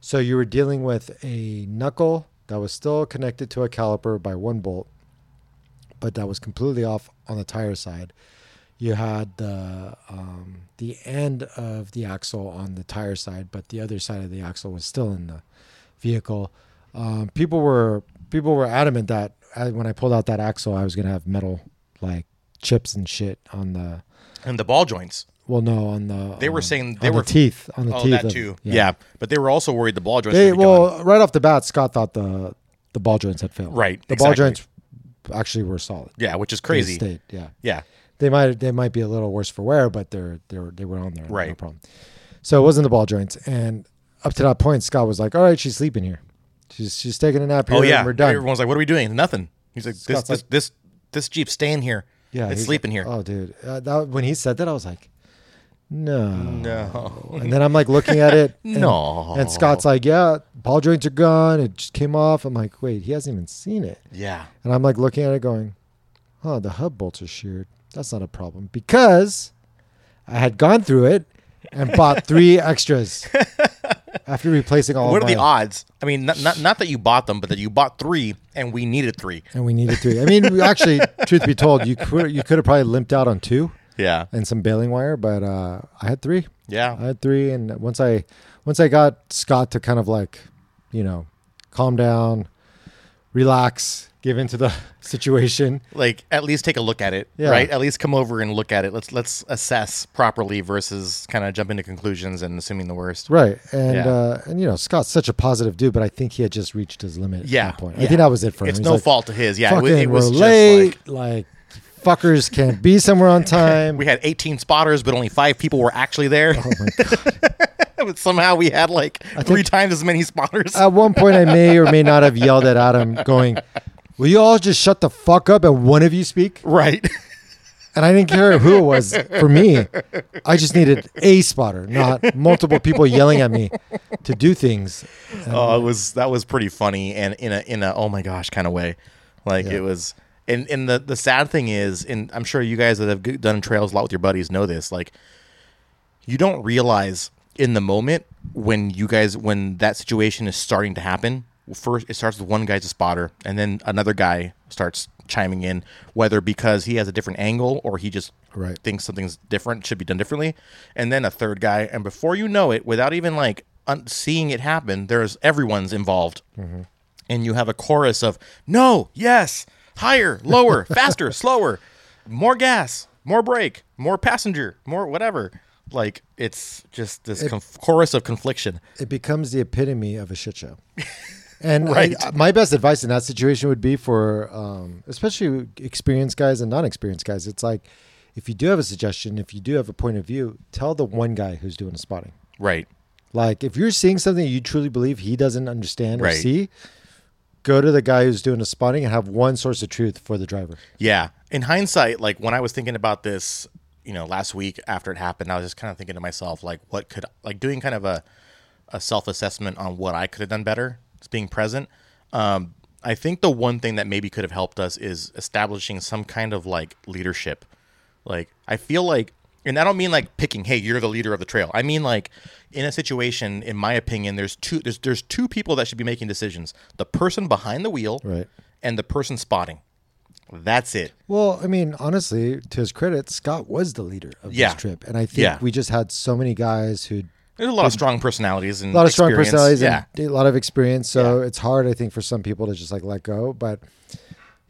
Speaker 2: So you were dealing with a knuckle that was still connected to a caliper by one bolt, but that was completely off on the tire side. You had the um, the end of the axle on the tire side, but the other side of the axle was still in the vehicle. Um, people were people were adamant that I, when I pulled out that axle, I was gonna have metal like chips and shit on the
Speaker 1: And the ball joints.
Speaker 2: well, no, on the
Speaker 1: They were
Speaker 2: um,
Speaker 1: saying-
Speaker 2: on
Speaker 1: they
Speaker 2: the
Speaker 1: were-
Speaker 2: teeth on the
Speaker 1: Oh,
Speaker 2: teeth
Speaker 1: that
Speaker 2: of-
Speaker 1: too. Yeah. But they were also worried the ball joints
Speaker 2: They,
Speaker 1: would be gone.
Speaker 2: well, right off the bat, Scott thought the the ball joints had failed.
Speaker 1: Right,
Speaker 2: The
Speaker 1: exactly.
Speaker 2: ball joints actually were solid.
Speaker 1: Yeah, which is
Speaker 2: They
Speaker 1: crazy.
Speaker 2: stayed, yeah.
Speaker 1: Yeah.
Speaker 2: They might they might be a little worse for wear, but they're they're they were on there. No
Speaker 1: Right.
Speaker 2: problem. So it wasn't the ball joints, and up to that point, Scott was like, "All right, she's sleeping here. She's she's taking a nap here.
Speaker 1: Oh yeah.
Speaker 2: and we're done."
Speaker 1: Everyone's like, "What are we doing?" Nothing. He's like, "This
Speaker 2: Scott's
Speaker 1: this
Speaker 2: like-
Speaker 1: this this Jeep's staying here.
Speaker 2: yeah,
Speaker 1: it's
Speaker 2: he's
Speaker 1: sleeping here."
Speaker 2: like, Oh, dude, uh, that, when he said that, I was like, "No,
Speaker 1: no.
Speaker 2: And then I'm like looking at it. and-
Speaker 1: No.
Speaker 2: And Scott's like, yeah, ball joints are gone. It just came off. I'm like, wait, he hasn't even seen it.
Speaker 1: Yeah.
Speaker 2: And I'm like looking at it going, huh, the hub bolts are sheared. That's not a problem because I had gone through it and bought three extras after replacing all
Speaker 1: What
Speaker 2: of
Speaker 1: are the
Speaker 2: mine.
Speaker 1: odds? I mean, not, not not that you bought them, but that you bought three and we needed three.
Speaker 2: and we needed three. I mean, we- actually, truth be told, you could, you could have probably limped out on two
Speaker 1: Yeah.
Speaker 2: and some baling wire, but uh, I had three.
Speaker 1: Yeah.
Speaker 2: I had three, and once I once I got Scott to kind of like, you know, calm down, relax, give into the situation.
Speaker 1: like at least take a look at it,
Speaker 2: Yeah.
Speaker 1: right? At least come over and look at it. Let's let's assess properly versus kind of jumping to conclusions and assuming the worst.
Speaker 2: Right, and
Speaker 1: Yeah.
Speaker 2: uh, and you know, Scott's such a positive dude, but I think he had just reached his limit
Speaker 1: Yeah.
Speaker 2: at that point. I
Speaker 1: yeah.
Speaker 2: think that was it for him.
Speaker 1: It's
Speaker 2: He's
Speaker 1: no
Speaker 2: like,
Speaker 1: fault of his. Yeah. It
Speaker 2: Fucking,
Speaker 1: was, it was
Speaker 2: we're
Speaker 1: just
Speaker 2: late.
Speaker 1: like
Speaker 2: Like, fuckers can't be somewhere on time.
Speaker 1: we had 18 spotters, but only five people were actually there.
Speaker 2: oh my God.
Speaker 1: but somehow we had like three times as many spotters.
Speaker 2: At one point, I may or may not have yelled at Adam, going, "Will you all just shut the fuck up and one of you speak?"
Speaker 1: right.
Speaker 2: And I didn't care who it was. For me, I just needed a spotter, not multiple people yelling at me to do things.
Speaker 1: Oh, it was that was pretty funny and in a in a oh my gosh kind of way. Like it was and and the the sad thing is and I'm sure you guys that have g- done trails a lot with your buddies know this like you don't realize in the moment when you guys when that situation is starting to happen first it starts with one guy's a spotter and then another guy starts chiming in whether because he has a different angle or he just
Speaker 2: Right.
Speaker 1: thinks something's different should be done differently and then a third guy and before you know it without even like un- seeing it happen there's everyone's involved and you have a chorus of no yes higher lower faster slower more gas more brake more passenger more whatever Like it's just this conf- chorus of confliction.
Speaker 2: It becomes the epitome of a shit show. And I-
Speaker 1: Right.
Speaker 2: I- my best advice in that situation would be for, um, especially experienced guys and non-experienced guys. It's like, if you do have a suggestion, if you do have a point of view, tell the one guy who's doing the spotting.
Speaker 1: Right.
Speaker 2: Like, if you're seeing something you truly believe he doesn't understand or
Speaker 1: Right.
Speaker 2: see, go to the guy who's doing the spotting and have one source of truth for the driver.
Speaker 1: Yeah. In hindsight, like when I was thinking about this, you know, last week after it happened, I was just kind of thinking to myself, like, what could like doing kind of a a self assessment on what I could have done better, just being present. Um, I think the one thing that maybe could have helped us is establishing some kind of like leadership. Like I feel like and I don't mean like picking, hey, you're the leader of the trail. I mean like in a situation, in my opinion, there's two there's there's two people that should be making decisions. The person behind the wheel
Speaker 2: Right.
Speaker 1: and the person spotting. That's it.
Speaker 2: Well, I mean, honestly, to his credit, Scott was the leader of
Speaker 1: Yeah.
Speaker 2: this trip, and I think
Speaker 1: Yeah.
Speaker 2: we just had so many guys who
Speaker 1: There's a lot of strong personalities and
Speaker 2: a lot of strong
Speaker 1: experience.
Speaker 2: personalities
Speaker 1: Yeah,
Speaker 2: and a lot of experience. So it's hard, I think, for some people to just like let go. But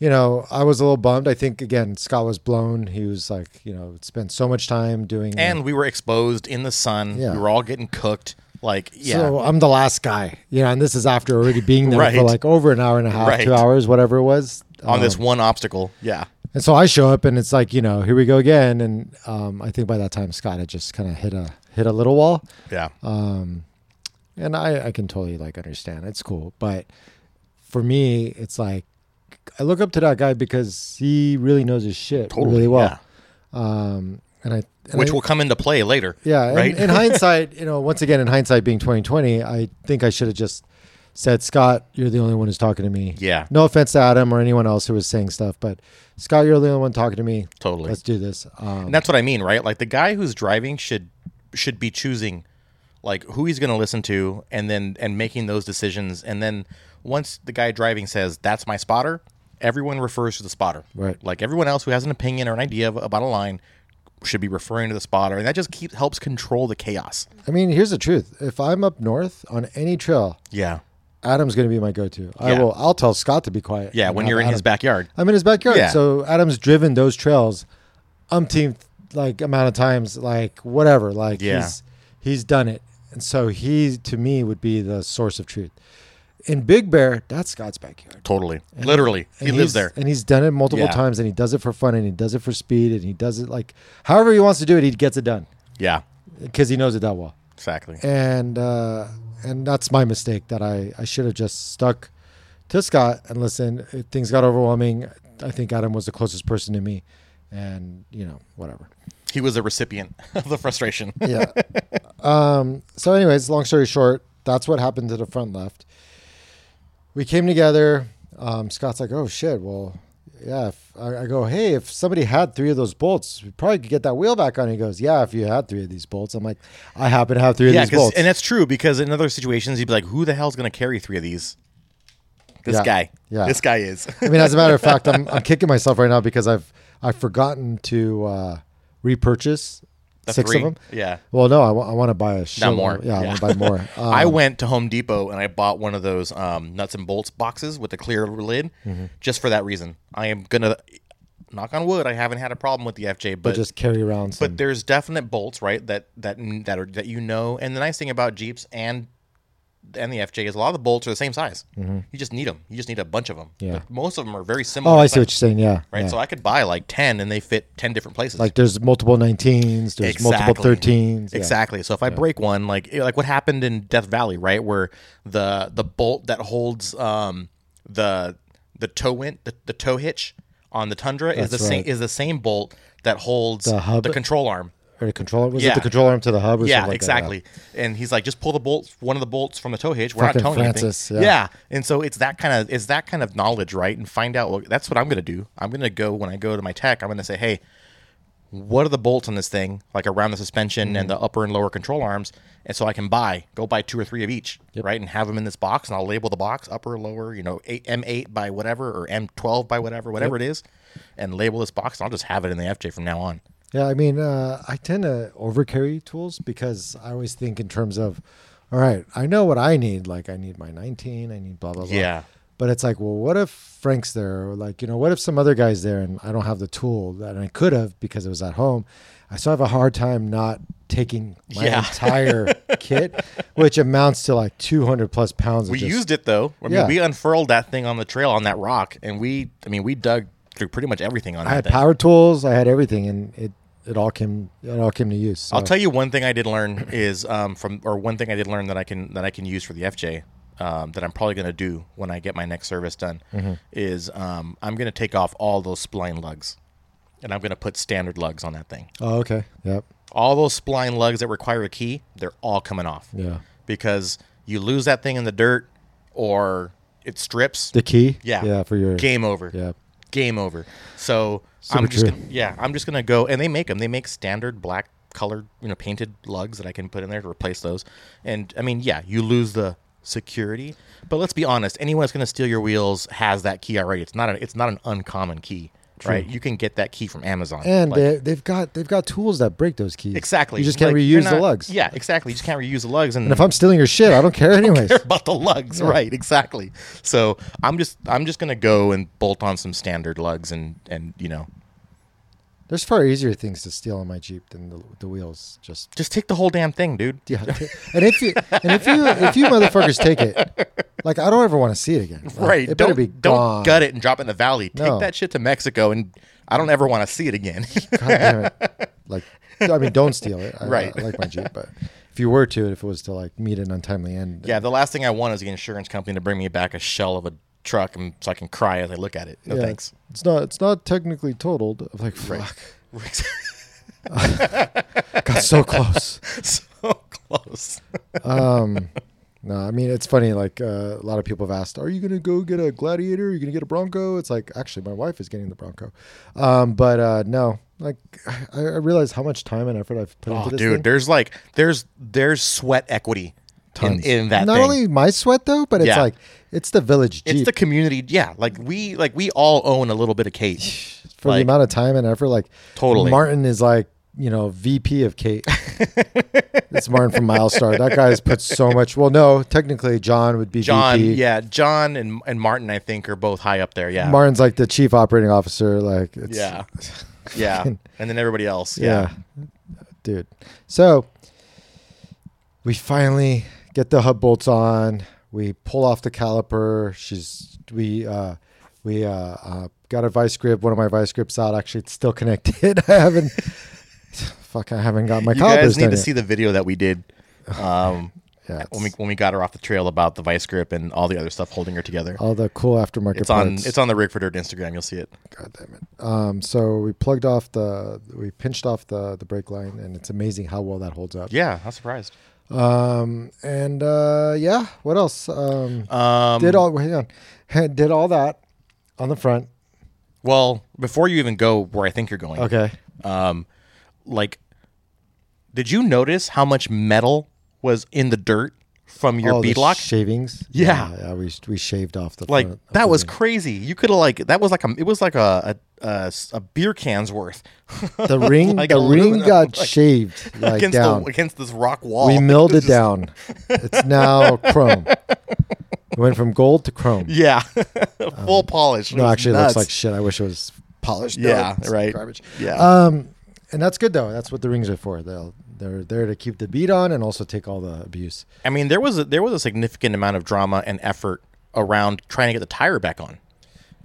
Speaker 2: you know, I was a little bummed. I think again, Scott was blown. He was like, you know, spent so much time doing.
Speaker 1: and we were exposed in the sun.
Speaker 2: Yeah.
Speaker 1: We were all getting cooked. Like, yeah,
Speaker 2: So I'm the last guy, you know, and this is after already being there for
Speaker 1: Right.
Speaker 2: like over an hour and a half,
Speaker 1: Right.
Speaker 2: two hours, whatever it was.
Speaker 1: on
Speaker 2: Um,
Speaker 1: this one obstacle. Yeah,
Speaker 2: and so I show up, and it's like, you know, here we go again. And um, I think by that time, Scott had just kind of hit a hit a little wall.
Speaker 1: yeah,
Speaker 2: uh, and I, I can totally like understand it's cool but for me it's like i look up to that guy because he really knows his shit really well um and i and
Speaker 1: Which
Speaker 2: I-
Speaker 1: will come into play later.
Speaker 2: yeah and
Speaker 1: right.
Speaker 2: in hindsight you know once again in hindsight being 2020 i think i should have just said scott you're the only one who's talking to me
Speaker 1: yeah,
Speaker 2: no offense to adam or anyone else who was saying stuff but scott you're the only one talking to me
Speaker 1: totally.
Speaker 2: let's do this um
Speaker 1: And that's what I mean, right? Like the guy who's driving should should be choosing like who he's going to listen to and then and making those decisions and then once the guy driving says that's my spotter, everyone refers to the spotter.
Speaker 2: Right.
Speaker 1: Like everyone else who has an opinion or an idea of- about a line should be referring to the spotter and that just keeps helps control the chaos.
Speaker 2: i mean here's the truth if i'm up north on any trail
Speaker 1: Yeah.
Speaker 2: Adam's going to be my go-to. I
Speaker 1: Yeah.
Speaker 2: will. I'll tell Scott to be quiet.
Speaker 1: Yeah,
Speaker 2: and
Speaker 1: when
Speaker 2: have
Speaker 1: you're in his
Speaker 2: Adam-
Speaker 1: backyard.
Speaker 2: I'm in his backyard.
Speaker 1: Yeah.
Speaker 2: So Adam's driven those trails, umpteenth like amount of times, like whatever. Like
Speaker 1: Yeah.
Speaker 2: he's he's done it, and so he to me would be the source of truth. In Big Bear, that's Scott's backyard.
Speaker 1: Totally. Literally. He
Speaker 2: And
Speaker 1: lives
Speaker 2: he's-
Speaker 1: there.
Speaker 2: and he's done it multiple
Speaker 1: Yeah.
Speaker 2: times, and he does it for fun, and he does it for speed, and he does it like however he wants to do it. He gets it done
Speaker 1: Yeah.
Speaker 2: because he knows it that well
Speaker 1: Exactly.
Speaker 2: and uh, and that's my mistake that I, I should have just stuck to Scott and listened. If Things got overwhelming. I think Adam was the closest person to me, and you know whatever.
Speaker 1: He was a recipient of the frustration.
Speaker 2: Yeah. um. So, anyways, long story short, that's what happened to the front left. We came together. Um, Scott's like, "Oh shit, well." Yeah, if, I, I go, hey, if somebody had three of those bolts, we probably could get that wheel back on. He goes, yeah, if you had three of these bolts. I'm like, I happen to have three
Speaker 1: Yeah,
Speaker 2: of these bolts.
Speaker 1: 'cause- and that's true because in other situations you'd be like, "Who the hell's going to carry three of these?" This
Speaker 2: Yeah.
Speaker 1: guy.
Speaker 2: Yeah.
Speaker 1: This guy is.
Speaker 2: I mean, as a matter of fact, I'm, I'm kicking myself right now because I've I've forgotten to uh, repurchase
Speaker 1: The
Speaker 2: six
Speaker 1: three?
Speaker 2: of them.
Speaker 1: Yeah.
Speaker 2: Well, no, I want to buy a shitload.
Speaker 1: more.
Speaker 2: Yeah, I
Speaker 1: Yeah.
Speaker 2: want to buy more. Um,
Speaker 1: I went to Home Depot and I bought one of those um, nuts and bolts boxes with the clear lid,
Speaker 2: Mm-hmm.
Speaker 1: just for that reason. I am gonna knock on wood. I haven't had a problem with the FJ, but
Speaker 2: just carry around. Some,
Speaker 1: but there's definite bolts, right? That that that are that you know. And the nice thing about Jeeps and and the FJ is a lot of the bolts are the same size. You just need them. You just need a bunch of them.
Speaker 2: Mm-hmm. Yeah.
Speaker 1: But most of them are very similar.
Speaker 2: oh, I
Speaker 1: in
Speaker 2: see what you're saying. Yeah,
Speaker 1: right?
Speaker 2: yeah.
Speaker 1: So I could buy like ten, and they fit ten different places.
Speaker 2: like there's multiple 19s, there's multiple 13s. Yeah.
Speaker 1: Exactly. So if I break one, like like what happened in Death Valley, right, where the the bolt that holds um the the tow win the, the tow hitch on the Tundra is the
Speaker 2: That's
Speaker 1: same
Speaker 2: right.
Speaker 1: is the same bolt that holds
Speaker 2: The hub?
Speaker 1: control arm.
Speaker 2: Or the controller was it
Speaker 1: Yeah.
Speaker 2: the controller arm to the hub? Or
Speaker 1: Yeah,
Speaker 2: something like
Speaker 1: exactly. And he's like, just pull the bolts, one of the bolts from the tow hitch. We're
Speaker 2: Fucking
Speaker 1: not towing
Speaker 2: Francis, yeah.
Speaker 1: anything. Yeah. And so it's that kind of it's that kind of knowledge, right? And find out. Well, that's what I'm gonna do. I'm gonna go when I go to my tech. I'm gonna say, hey, what are the bolts on this thing, like around the suspension
Speaker 2: Mm.
Speaker 1: and the upper and lower control arms, and so I can buy, go buy two or three of each, right, and have them in this box, and I'll label the box upper, lower, you know, eight, M8 by whatever or M12 by whatever, whatever it is, and label this box, and I'll just have it in the FJ from now on.
Speaker 2: That. Yeah, I mean, uh, I tend to overcarry tools because I always think in terms of, all right, I know what I need. Like I need my 19, I need blah blah blah.
Speaker 1: Yeah.
Speaker 2: But it's like, well, what if Frank's there? Or like, you know, what if some other guy's there and I don't have the tool that I could have because it was at home? I still have a hard time not taking my
Speaker 1: Yeah.
Speaker 2: entire kit, which amounts to like 200 plus pounds. of
Speaker 1: We
Speaker 2: just-
Speaker 1: used it though. I mean,
Speaker 2: Yeah.
Speaker 1: we unfurled that thing on the trail on that rock, and we, I mean, we dug through pretty much everything on
Speaker 2: I
Speaker 1: that
Speaker 2: had
Speaker 1: thing.
Speaker 2: power tools. I had everything, and it it all came it all came to use. So.
Speaker 1: I'll tell you one thing I did learn is um, from, or one thing I did learn that I can that I can use for the FJ um, that I'm probably going to do when I get my next service done
Speaker 2: Mm-hmm.
Speaker 1: is um, I'm going to take off all those spline lugs, and I'm going to put standard lugs on that thing.
Speaker 2: Oh, okay. Yep.
Speaker 1: All those spline lugs that require a key, they're all coming off.
Speaker 2: Yeah.
Speaker 1: because you lose that thing in the dirt or it strips.
Speaker 2: The key.
Speaker 1: yeah,
Speaker 2: Yeah. For your
Speaker 1: game over.
Speaker 2: Yeah.
Speaker 1: game over. So
Speaker 2: Super
Speaker 1: I'm just
Speaker 2: true.
Speaker 1: gonna, yeah, I'm just gonna go and they make them. They make standard black colored, you know, painted lugs that I can put in there to replace those. And I mean, yeah, you lose the security, but let's be honest. Anyone that's gonna steal your wheels has that key already. It's not an it's not an uncommon key, right? You can get that key from Amazon.
Speaker 2: And
Speaker 1: Like,
Speaker 2: they, they've got they've got tools that break those keys.
Speaker 1: exactly,
Speaker 2: You just can't
Speaker 1: Like,
Speaker 2: reuse
Speaker 1: they're
Speaker 2: the
Speaker 1: not-
Speaker 2: lugs.
Speaker 1: Yeah, exactly. You just can't reuse the lugs. And,
Speaker 2: And if I'm stealing your shit, I don't care anyways.
Speaker 1: care about the lugs, right? Exactly. So I'm just I'm just gonna go and bolt on some standard lugs and and you know
Speaker 2: There's far easier things to steal on my Jeep than the, the wheels. Just
Speaker 1: just take the whole damn thing, dude.
Speaker 2: yeah. and if you and if you if you motherfuckers take it, like I don't ever want to see it again. Like,
Speaker 1: Right.
Speaker 2: It
Speaker 1: don't
Speaker 2: better be
Speaker 1: don't
Speaker 2: gone.
Speaker 1: gut it and drop it in the valley. Take
Speaker 2: No.
Speaker 1: that shit to Mexico and I don't ever want to see it again.
Speaker 2: God damn it. Like, I mean, don't steal it. I,
Speaker 1: Right.
Speaker 2: I like my Jeep, but if you were to, if it was to like meet an untimely end,
Speaker 1: yeah, the last thing I want is the insurance company to bring me back a shell of a truck and so I can cry as I look at it. No
Speaker 2: yeah,
Speaker 1: thanks.
Speaker 2: It's not. It's not technically totaled. I'm like, fuck, got so close.
Speaker 1: so close.
Speaker 2: Um, no, I mean, it's funny. Like uh, a lot of people have asked, "Are you gonna go get a Gladiator? Are you gonna get a Bronco?" It's like, actually, my wife is getting the Bronco, um, but uh, no. Like, I, I realize how much time and effort I've put
Speaker 1: Oh,
Speaker 2: into this
Speaker 1: dude,
Speaker 2: thing.
Speaker 1: there's like there's there's sweat equity in,
Speaker 2: Tons.
Speaker 1: in that
Speaker 2: Not
Speaker 1: thing.
Speaker 2: only my sweat though, but it's
Speaker 1: Yeah.
Speaker 2: like it's the village Jeep.
Speaker 1: it's the community. Yeah, like we like we all own a little bit of Kate.
Speaker 2: for the
Speaker 1: Like-
Speaker 2: amount of time and effort. Like
Speaker 1: Totally.
Speaker 2: Martin is like you know VP of Kate. it's Martin from Milestar. That guy's put so much. Well, no, technically John would be
Speaker 1: John,
Speaker 2: VP.
Speaker 1: yeah, John and and Martin, I think, are both high up there. Yeah,
Speaker 2: Martin's like the chief operating officer. Like it's,
Speaker 1: yeah, yeah, and then everybody else.
Speaker 2: yeah,
Speaker 1: Yeah,
Speaker 2: dude. So we finally get the hub bolts on. We pull off the caliper. She's we uh, we uh, uh, got a vice grip. One of my vice grips out. Actually, it's still connected. I haven't. Fuck! I haven't got my
Speaker 1: you guys
Speaker 2: calipers
Speaker 1: need
Speaker 2: done
Speaker 1: to
Speaker 2: yet.
Speaker 1: see the video that we did um,
Speaker 2: Yeah,
Speaker 1: when we
Speaker 2: it's-
Speaker 1: when we got her off the trail about the vice grip and all the other stuff holding her together.
Speaker 2: all the cool aftermarket.
Speaker 1: It's on
Speaker 2: parts.
Speaker 1: it's on the Rig for Dirt Instagram. You'll see it.
Speaker 2: God damn it. Um, so we plugged off the, we pinched off the the brake line, and it's amazing how well that holds up.
Speaker 1: Yeah, I'm surprised.
Speaker 2: Um, and uh, yeah, what else? Um,
Speaker 1: Um,
Speaker 2: did all hang on, did all that on the front.
Speaker 1: well, before you even go where I think you're going,
Speaker 2: Okay.
Speaker 1: um, like, did you notice how much metal was in the dirt from your
Speaker 2: all the
Speaker 1: beadlock?
Speaker 2: shavings.
Speaker 1: Yeah.
Speaker 2: yeah, we we shaved off the
Speaker 1: like
Speaker 2: front of
Speaker 1: that
Speaker 2: the
Speaker 1: was
Speaker 2: thing.
Speaker 1: crazy. You could have like that was like a it was like a a, a s- a beer can's worth
Speaker 2: the ring.
Speaker 1: like
Speaker 2: the ring
Speaker 1: aluminum,
Speaker 2: got
Speaker 1: like,
Speaker 2: shaved like
Speaker 1: against
Speaker 2: down.
Speaker 1: the, against this rock wall.
Speaker 2: we milled it
Speaker 1: Just-
Speaker 2: down. It's now chrome. It went from gold to chrome.
Speaker 1: Yeah, full polish.
Speaker 2: Um, No, actually, it looks
Speaker 1: nuts.
Speaker 2: like shit. I wish it was polished. No,
Speaker 1: Yeah,
Speaker 2: it's
Speaker 1: right.
Speaker 2: Garbage.
Speaker 1: Yeah.
Speaker 2: Um, and that's good though. That's what the rings are for. They'll they're there to keep the beat on and also take all the abuse.
Speaker 1: I mean, there was a, there was a significant amount of drama and effort around trying to get the tire back on.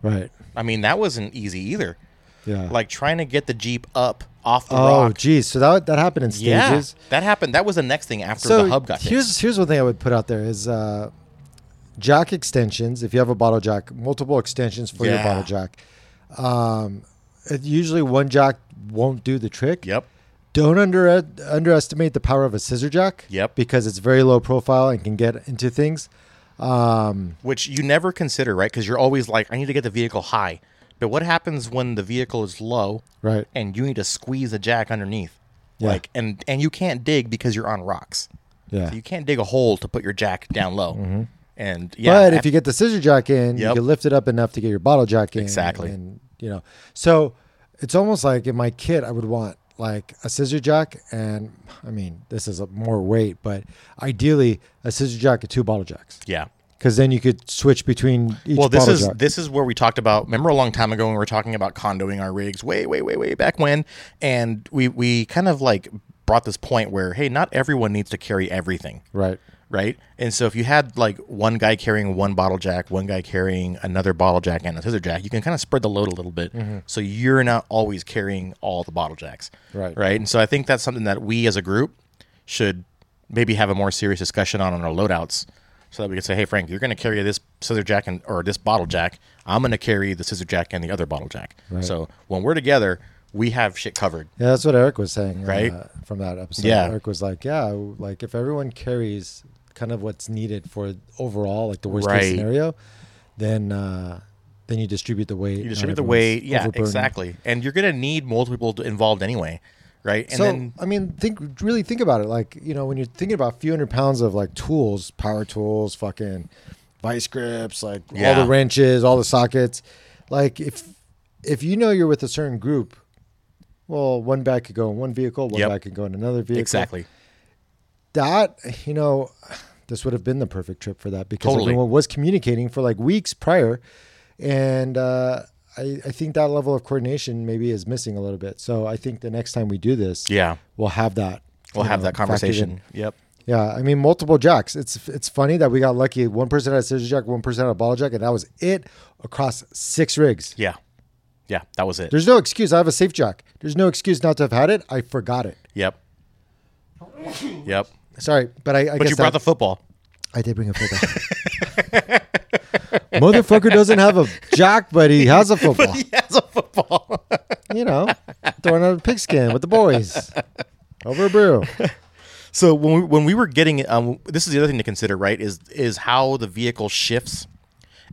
Speaker 2: Right.
Speaker 1: I mean, that wasn't easy either.
Speaker 2: Yeah.
Speaker 1: Like trying to get the jeep up off the
Speaker 2: oh,
Speaker 1: rock.
Speaker 2: geez. So that that happened in
Speaker 1: Yeah,
Speaker 2: stages.
Speaker 1: that happened. That was the next thing after
Speaker 2: So
Speaker 1: the hub got
Speaker 2: here's
Speaker 1: fixed.
Speaker 2: here's one thing I would put out there is. Uh, Jack extensions. If you have a bottle jack, multiple extensions for your
Speaker 1: Yeah.
Speaker 2: bottle jack. Um, it, usually one jack won't do the trick.
Speaker 1: Yep.
Speaker 2: Don't under, underestimate the power of a scissor jack.
Speaker 1: Yep.
Speaker 2: Because it's very low profile and can get into things. Um,
Speaker 1: which you never consider, right? Because you're always like, I need to get the vehicle high. But what happens when the vehicle is low
Speaker 2: right.
Speaker 1: and you need to squeeze a jack underneath?
Speaker 2: Yeah.
Speaker 1: Like and and you can't dig because you're on rocks.
Speaker 2: Yeah.
Speaker 1: So you can't dig a hole to put your jack down low. And yeah,
Speaker 2: Mm-hmm. but if
Speaker 1: af-
Speaker 2: you get the scissor jack in, you
Speaker 1: Yep.
Speaker 2: can lift it up enough to get your bottle jack in.
Speaker 1: Exactly.
Speaker 2: And, you know, so it's almost like in my kit, I would want like a scissor jack and I mean, this is a more weight, but ideally a scissor jack and two bottle jacks.
Speaker 1: yeah,
Speaker 2: because then you could switch between each
Speaker 1: well, this
Speaker 2: bottle
Speaker 1: is
Speaker 2: drop.
Speaker 1: this is where we talked about. Remember a long time ago when we were talking about condoing our rigs, way, way, way, way back when, and we we kind of like brought this point where hey, not everyone needs to carry everything,
Speaker 2: right.
Speaker 1: right? And so if you had like one guy carrying one bottle jack, one guy carrying another bottle jack and a scissor jack, you can kind of spread the load a little bit. So you're not always carrying all the bottle jacks.
Speaker 2: Right.
Speaker 1: Right. And so I think that's something that we as a group should maybe have a more serious discussion on on our loadouts so that we could say, hey, Frank, you're going to carry this scissor jack and or this bottle jack. I'm going to carry the scissor jack and the other bottle jack. So when we're together, we have shit covered.
Speaker 2: Yeah, that's what Eric was saying.
Speaker 1: Right?
Speaker 2: uh, from that episode,
Speaker 1: Yeah.
Speaker 2: Eric was like, "Yeah, like if everyone carries kind of what's needed for overall, like the worst
Speaker 1: Right.
Speaker 2: case scenario, then uh, then you distribute the weight.
Speaker 1: You distribute the weight. Yeah, exactly. And you're going to need multiple people involved anyway. Right. And
Speaker 2: so I mean, think really think about it. Like you know, when you're thinking about a few hundred pounds of like tools, power tools, fucking vice grips, like all
Speaker 1: Yeah.
Speaker 2: the wrenches, all the sockets. Like if if you know you're with a certain group, well, one bag could go in one vehicle, one
Speaker 1: Yep.
Speaker 2: bag could go in another vehicle.
Speaker 1: Exactly.
Speaker 2: that you know this would have been the perfect trip for that because
Speaker 1: Totally.
Speaker 2: everyone was communicating for like weeks prior and uh, I, I think that level of coordination maybe is missing a little bit so i think the next time we do this
Speaker 1: Yeah.
Speaker 2: we'll have that
Speaker 1: We'll
Speaker 2: you
Speaker 1: have
Speaker 2: know,
Speaker 1: that
Speaker 2: factored
Speaker 1: conversation.
Speaker 2: in.
Speaker 1: Yep.
Speaker 2: yeah i mean multiple jacks it's it's funny that we got lucky one person had a scissor jack one person had a ball jack and that was it across six rigs
Speaker 1: Yeah. Yeah. That was it.
Speaker 2: there's no excuse i have a safe jack there's no excuse not to have had it i forgot it
Speaker 1: yep. Yep.
Speaker 2: sorry but i, I
Speaker 1: But
Speaker 2: guess
Speaker 1: you brought the
Speaker 2: that-
Speaker 1: football.
Speaker 2: I did bring a football. Motherfucker doesn't have a jack, but he has a football.
Speaker 1: He has a football.
Speaker 2: You know, throwing out a pigskin with the boys over a brew.
Speaker 1: so when we, when we were getting um, this is the other thing to consider, right? Is is how the vehicle shifts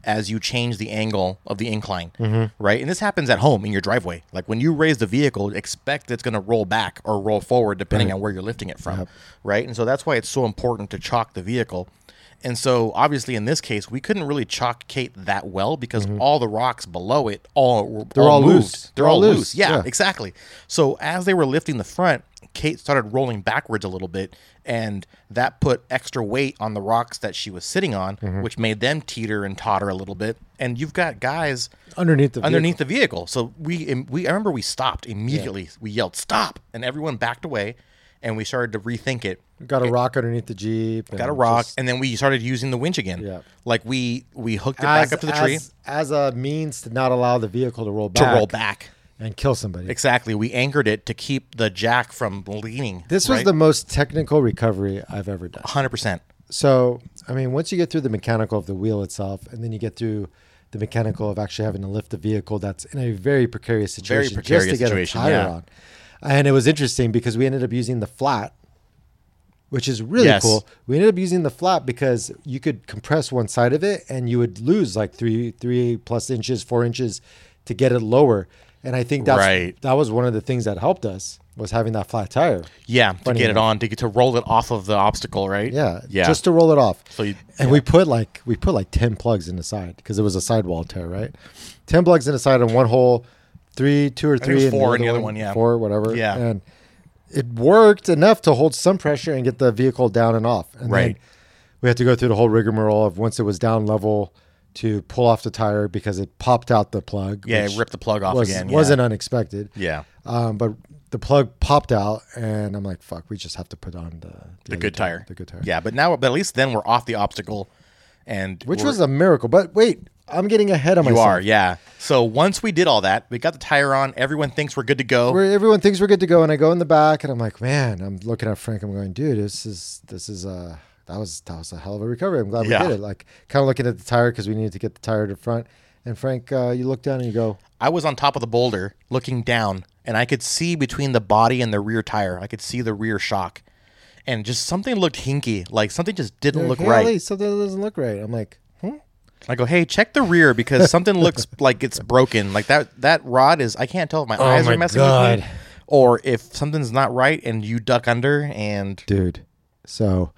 Speaker 1: as you change the angle of the incline, right? And this happens at home in your driveway. Like when you raise the vehicle, expect it's going to roll back or roll forward depending on where you're lifting it from, right? And so that's why it's so important to chalk the vehicle. And so obviously in this case, we couldn't really chalk Kate that well because all the rocks below it all were-
Speaker 2: They're all
Speaker 1: moved.
Speaker 2: loose.
Speaker 1: Mm-hmm. They're all loose.
Speaker 2: Yeah.
Speaker 1: yeah, exactly. So as they were lifting the front, Kate started rolling backwards a little bit, and that put extra weight on the rocks that she was sitting on,
Speaker 2: Mm-hmm.
Speaker 1: which made them teeter and totter a little bit. And you've got guys
Speaker 2: Underneath the
Speaker 1: underneath the vehicle. So we im- we I remember we stopped immediately. We yelled stop, and everyone backed away, and we started to rethink it.
Speaker 2: vehicle. got a rock underneath the jeep. and
Speaker 1: Got a rock,
Speaker 2: Mm, just
Speaker 1: and then we started using the winch again.
Speaker 2: Yeah.
Speaker 1: Like we we hooked it
Speaker 2: as,
Speaker 1: back up to the
Speaker 2: as,
Speaker 1: tree
Speaker 2: as a means to not allow the vehicle to roll
Speaker 1: to
Speaker 2: back,
Speaker 1: roll back.
Speaker 2: and kill somebody.
Speaker 1: Exactly. We anchored it to keep the jack from leaning.
Speaker 2: This was the most technical recovery I've ever done.
Speaker 1: hundred percent.
Speaker 2: So, I mean, once you get through the mechanical of the wheel itself, and then you get through the mechanical of actually having to lift the vehicle that's in a very precarious situation just to
Speaker 1: precarious
Speaker 2: get
Speaker 1: situation,
Speaker 2: a tire
Speaker 1: yeah.
Speaker 2: on. And it was interesting because we ended up using the flat, which is really
Speaker 1: Yes.
Speaker 2: cool. We ended up using the flat because you could compress one side of it and you would lose like three, three plus inches, four inches to get it lower. And I think that's
Speaker 1: Right.
Speaker 2: that was one of the things that helped us was having that flat tire.
Speaker 1: Yeah, to
Speaker 2: Funny
Speaker 1: get it
Speaker 2: enough.
Speaker 1: on to get to roll it off of the obstacle, right?
Speaker 2: Yeah,
Speaker 1: yeah.
Speaker 2: Just to roll it off.
Speaker 1: So you-
Speaker 2: and we put like we put like ten plugs in the side because it was a sidewall tear, right? Ten plugs in the side on one hole, three, two or
Speaker 1: think it was
Speaker 2: three,
Speaker 1: four in the other one, yeah.
Speaker 2: four, whatever.
Speaker 1: Yeah.
Speaker 2: and it worked enough to hold some pressure and get the vehicle down and off. And
Speaker 1: Right.
Speaker 2: Then we had to go through the whole rigmarole of once it was down level to pull off the tire because it popped out the plug.
Speaker 1: yeah,
Speaker 2: which
Speaker 1: rip the plug off
Speaker 2: was,
Speaker 1: again.
Speaker 2: Wasn't unexpected.
Speaker 1: yeah.
Speaker 2: Um, but the plug popped out, and I'm like, "Fuck, we just have to put on the
Speaker 1: the,
Speaker 2: other
Speaker 1: good tire.
Speaker 2: The good tire.
Speaker 1: Yeah, but now, but at least then we're off the obstacle, and
Speaker 2: which
Speaker 1: we're-
Speaker 2: was a miracle. But wait, I'm getting ahead of
Speaker 1: you
Speaker 2: myself.
Speaker 1: are, yeah. So once we did all that, we got the tire on. Everyone thinks we're good to go.
Speaker 2: Where everyone thinks we're good to go, and I go in the back, and I'm like, man, I'm looking at Frank. I'm going, dude, this is this is uh that was that was a hell of a recovery. I'm glad
Speaker 1: Yeah.
Speaker 2: we did it. Like kind of looking at the tire because we needed to get the tire to front. And Frank, uh, you look down and you go,
Speaker 1: I was on top of the boulder, looking down, and I could see between the body and the rear tire. I could see the rear shock, and just something looked hinky, like something just didn't look
Speaker 2: "Hey,
Speaker 1: right.
Speaker 2: Ali, something that doesn't look right. I'm like, hmm?
Speaker 1: I go, hey, check the rear because something looks like it's broken. Like that that rod is. I can't tell if my eyes
Speaker 2: Oh my
Speaker 1: are messing
Speaker 2: God.
Speaker 1: with me, or if something's not right and you duck under and
Speaker 2: dude. So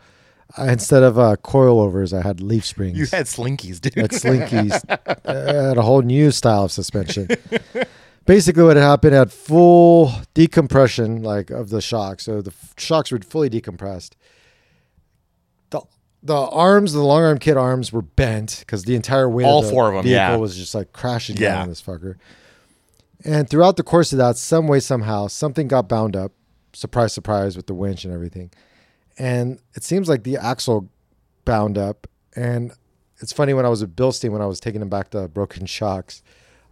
Speaker 2: I, instead of uh, coilovers, I had leaf springs.
Speaker 1: you had slinkies, dude.
Speaker 2: at Slinkies uh, had a whole new style of suspension. Basically, what had happened had full decompression, like of the shock. So the f- shocks were fully decompressed. The the arms, the long arm kid arms were bent because the entire weight
Speaker 1: All
Speaker 2: of the
Speaker 1: four of 'em,
Speaker 2: vehicle
Speaker 1: yeah.
Speaker 2: was just like crashing
Speaker 1: Yeah.
Speaker 2: down on this fucker. And throughout the course of that, some way, somehow, something got bound up. Surprise, surprise, with the winch and everything. And it seems like the axle bound up. And it's funny when I was at Bilstein, when I was taking him back to Broken Shocks,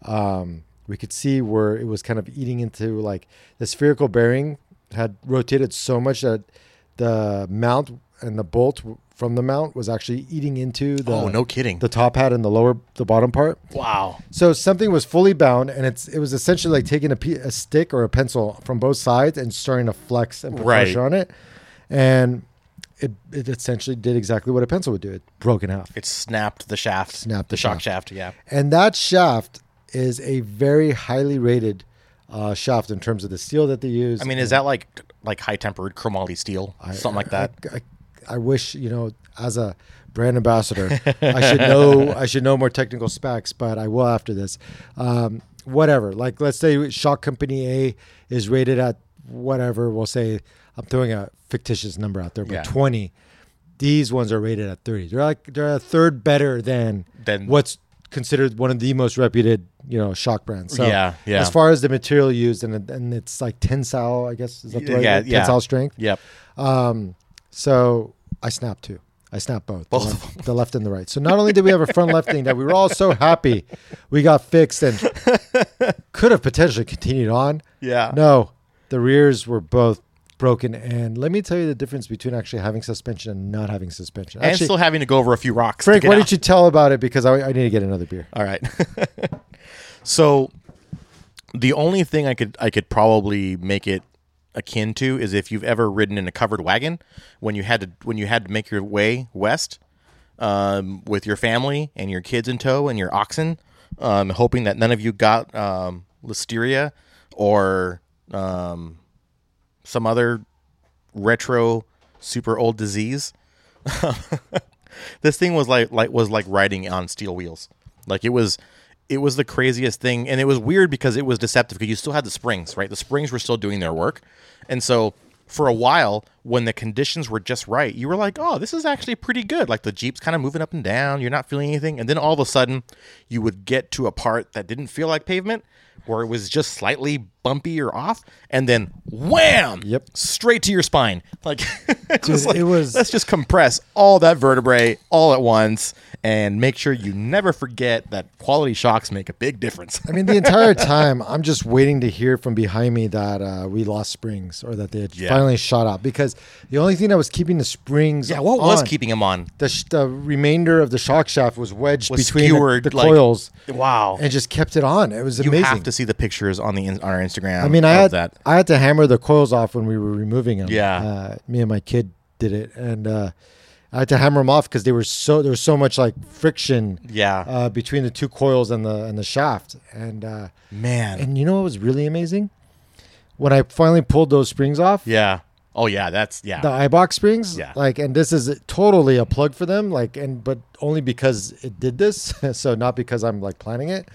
Speaker 2: um, we could see where it was kind of eating into like the spherical bearing had rotated so much that the mount and the bolt w- from the mount was actually eating into the
Speaker 1: oh, no kidding.
Speaker 2: the top hat and the lower the bottom part.
Speaker 1: wow.
Speaker 2: So something was fully bound, and it's it was essentially like taking a, pe- a stick or a pencil from both sides and starting to flex and put
Speaker 1: Right.
Speaker 2: pressure on it, and it it essentially did exactly what a pencil would do. It broke in half.
Speaker 1: It snapped the shaft.
Speaker 2: Snapped the
Speaker 1: shock shaft. Yeah.
Speaker 2: And that shaft is a very highly rated uh, shaft in terms of the steel that they use.
Speaker 1: I mean, is that like like high tempered chromoly steel, something like that?
Speaker 2: I, I wish you know, as a brand ambassador, I should know I should know more technical specs, but I will after this. Um, whatever, like let's say Shock Company A is rated at whatever. We'll say I'm throwing a fictitious number out there, but
Speaker 1: Yeah.
Speaker 2: 20. These ones are rated at 30. They're like they're a third better than
Speaker 1: Than-
Speaker 2: what's considered one of the most reputed, you know, shock brands. So
Speaker 1: Yeah, yeah.
Speaker 2: as far as the material used and and it's like tensile, I guess is that the right
Speaker 1: Yeah,
Speaker 2: word?
Speaker 1: yeah.
Speaker 2: tensile strength.
Speaker 1: Yep.
Speaker 2: So I snapped two. I snapped both, The, left, the left and the right. So not only did we have a front left thing that we were all so happy we got fixed and could have potentially continued on.
Speaker 1: Yeah.
Speaker 2: No, the rears were both broken. And let me tell you the difference between actually having suspension and not having suspension.
Speaker 1: and
Speaker 2: Actually,
Speaker 1: still having to go over a few rocks. to
Speaker 2: Frank,
Speaker 1: get
Speaker 2: why
Speaker 1: out.
Speaker 2: don't you tell about it? Because I, I need to get another beer.
Speaker 1: All right. so the only thing I could I could probably make it akin to is if you've ever ridden in a covered wagon when you had to when you had to make your way west um, with your family and your kids in tow and your oxen, um, hoping that none of you got um, listeria or um, some other retro super old disease this thing was like like was like riding on steel wheels. Like it was it was the craziest thing and it was weird because it was deceptive because you still had the springs, right? The springs were still doing their work. And so for a while when the conditions were just right, you were like, "Oh, this is actually pretty good." Like the Jeep's kind of moving up and down, you're not feeling anything. And then all of a sudden, you would get to a part that didn't feel like pavement where it was just slightly bumpy or off and then wham
Speaker 2: Yep.
Speaker 1: straight to your spine like, just like
Speaker 2: it was-
Speaker 1: let's just compress all that vertebrae all at once and make sure you never forget that quality shocks make a big difference.
Speaker 2: I mean, the entire time, I'm just waiting to hear from behind me that uh, we lost springs or that they had
Speaker 1: Yeah.
Speaker 2: finally shot out because the only thing that was keeping the springs
Speaker 1: yeah, what was
Speaker 2: on-
Speaker 1: keeping him on?
Speaker 2: the, sh- the remainder of the shock shaft was wedged
Speaker 1: Was
Speaker 2: between the-
Speaker 1: skewered,
Speaker 2: the,
Speaker 1: like-
Speaker 2: coils
Speaker 1: Wow.
Speaker 2: and just kept it on. It was
Speaker 1: You
Speaker 2: amazing.
Speaker 1: have to see the pictures on the in- on our Instagram.
Speaker 2: I mean, I
Speaker 1: of
Speaker 2: had
Speaker 1: that.
Speaker 2: I had to hammer the coils off when we were removing them.
Speaker 1: Yeah.
Speaker 2: uh, me and my kid did it, and uh, I had to hammer them off because they were so there was so much like friction.
Speaker 1: Yeah.
Speaker 2: uh, between the two coils and the and the shaft, and uh,
Speaker 1: Man.
Speaker 2: and you know what was really amazing when I finally pulled those springs off.
Speaker 1: yeah. Oh yeah, that's yeah.
Speaker 2: the iBox springs.
Speaker 1: Yeah.
Speaker 2: Like, and this is totally a plug for them. Like, and but only because it did this, so not because I'm like planning it.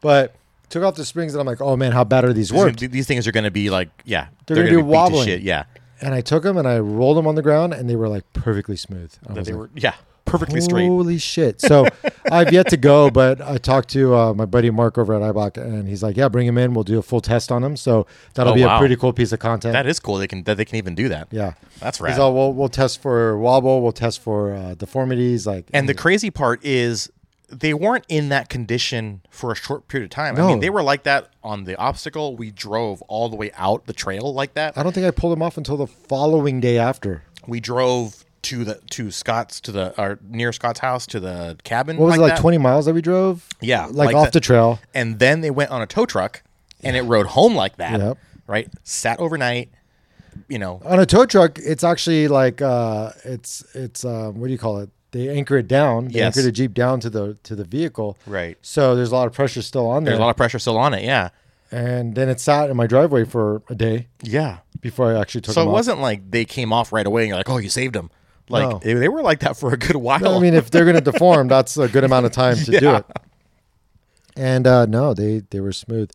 Speaker 2: But took off the springs, and I'm like, oh man, how bad are these worked?
Speaker 1: These- These things are going to be like yeah,
Speaker 2: They're gonna be
Speaker 1: beat to
Speaker 2: wobbling.
Speaker 1: shit, Yeah.
Speaker 2: And I took them and I rolled them on the ground, and they were like perfectly smooth. I
Speaker 1: That
Speaker 2: was
Speaker 1: they
Speaker 2: like,
Speaker 1: were yeah, perfectly straight.
Speaker 2: Holy shit! So I've yet to go, but I talked to uh, my buddy Mark over at iBox, and he's like, "Yeah, bring him in. We'll do a full test on him." So that'll
Speaker 1: Oh,
Speaker 2: be
Speaker 1: wow.
Speaker 2: a pretty cool piece of content.
Speaker 1: That is cool. They can that they can even do that.
Speaker 2: yeah,
Speaker 1: That's
Speaker 2: He's
Speaker 1: rad.
Speaker 2: all, we'll, we'll test for wobble. We'll test for uh, deformities, like
Speaker 1: And the crazy part is they weren't in that condition for a short period of time. I
Speaker 2: No.
Speaker 1: mean, they were like that on the obstacle. We drove all the way out the trail like that.
Speaker 2: I don't think I pulled them off until the following day after.
Speaker 1: We drove to the to Scott's to the or near Scott's house to the cabin.
Speaker 2: What was it like
Speaker 1: that.
Speaker 2: 20 miles that we drove?
Speaker 1: Yeah,
Speaker 2: Like,
Speaker 1: like
Speaker 2: off
Speaker 1: that.
Speaker 2: the trail.
Speaker 1: And then they went on a tow truck and it rode home like that.
Speaker 2: Yep. Oh,
Speaker 1: Right? Sat overnight, you know.
Speaker 2: On a tow truck, it's actually like uh it's it's uh, what do you call it? They anchor it down. They
Speaker 1: Yes.
Speaker 2: anchor the Jeep down to the to the vehicle.
Speaker 1: Right.
Speaker 2: So there's a lot of pressure still on there.
Speaker 1: There's a lot of pressure still on it, yeah.
Speaker 2: and then it sat in my driveway for a day
Speaker 1: Yeah.
Speaker 2: before I actually took
Speaker 1: So
Speaker 2: them
Speaker 1: it
Speaker 2: off.
Speaker 1: wasn't like they came off right away and you're like, "Oh, you saved them." Like
Speaker 2: No.
Speaker 1: they, they were like that for a good while.
Speaker 2: I mean, if they're going to deform, that's a good amount of time to do it. And uh, no, they they were smooth.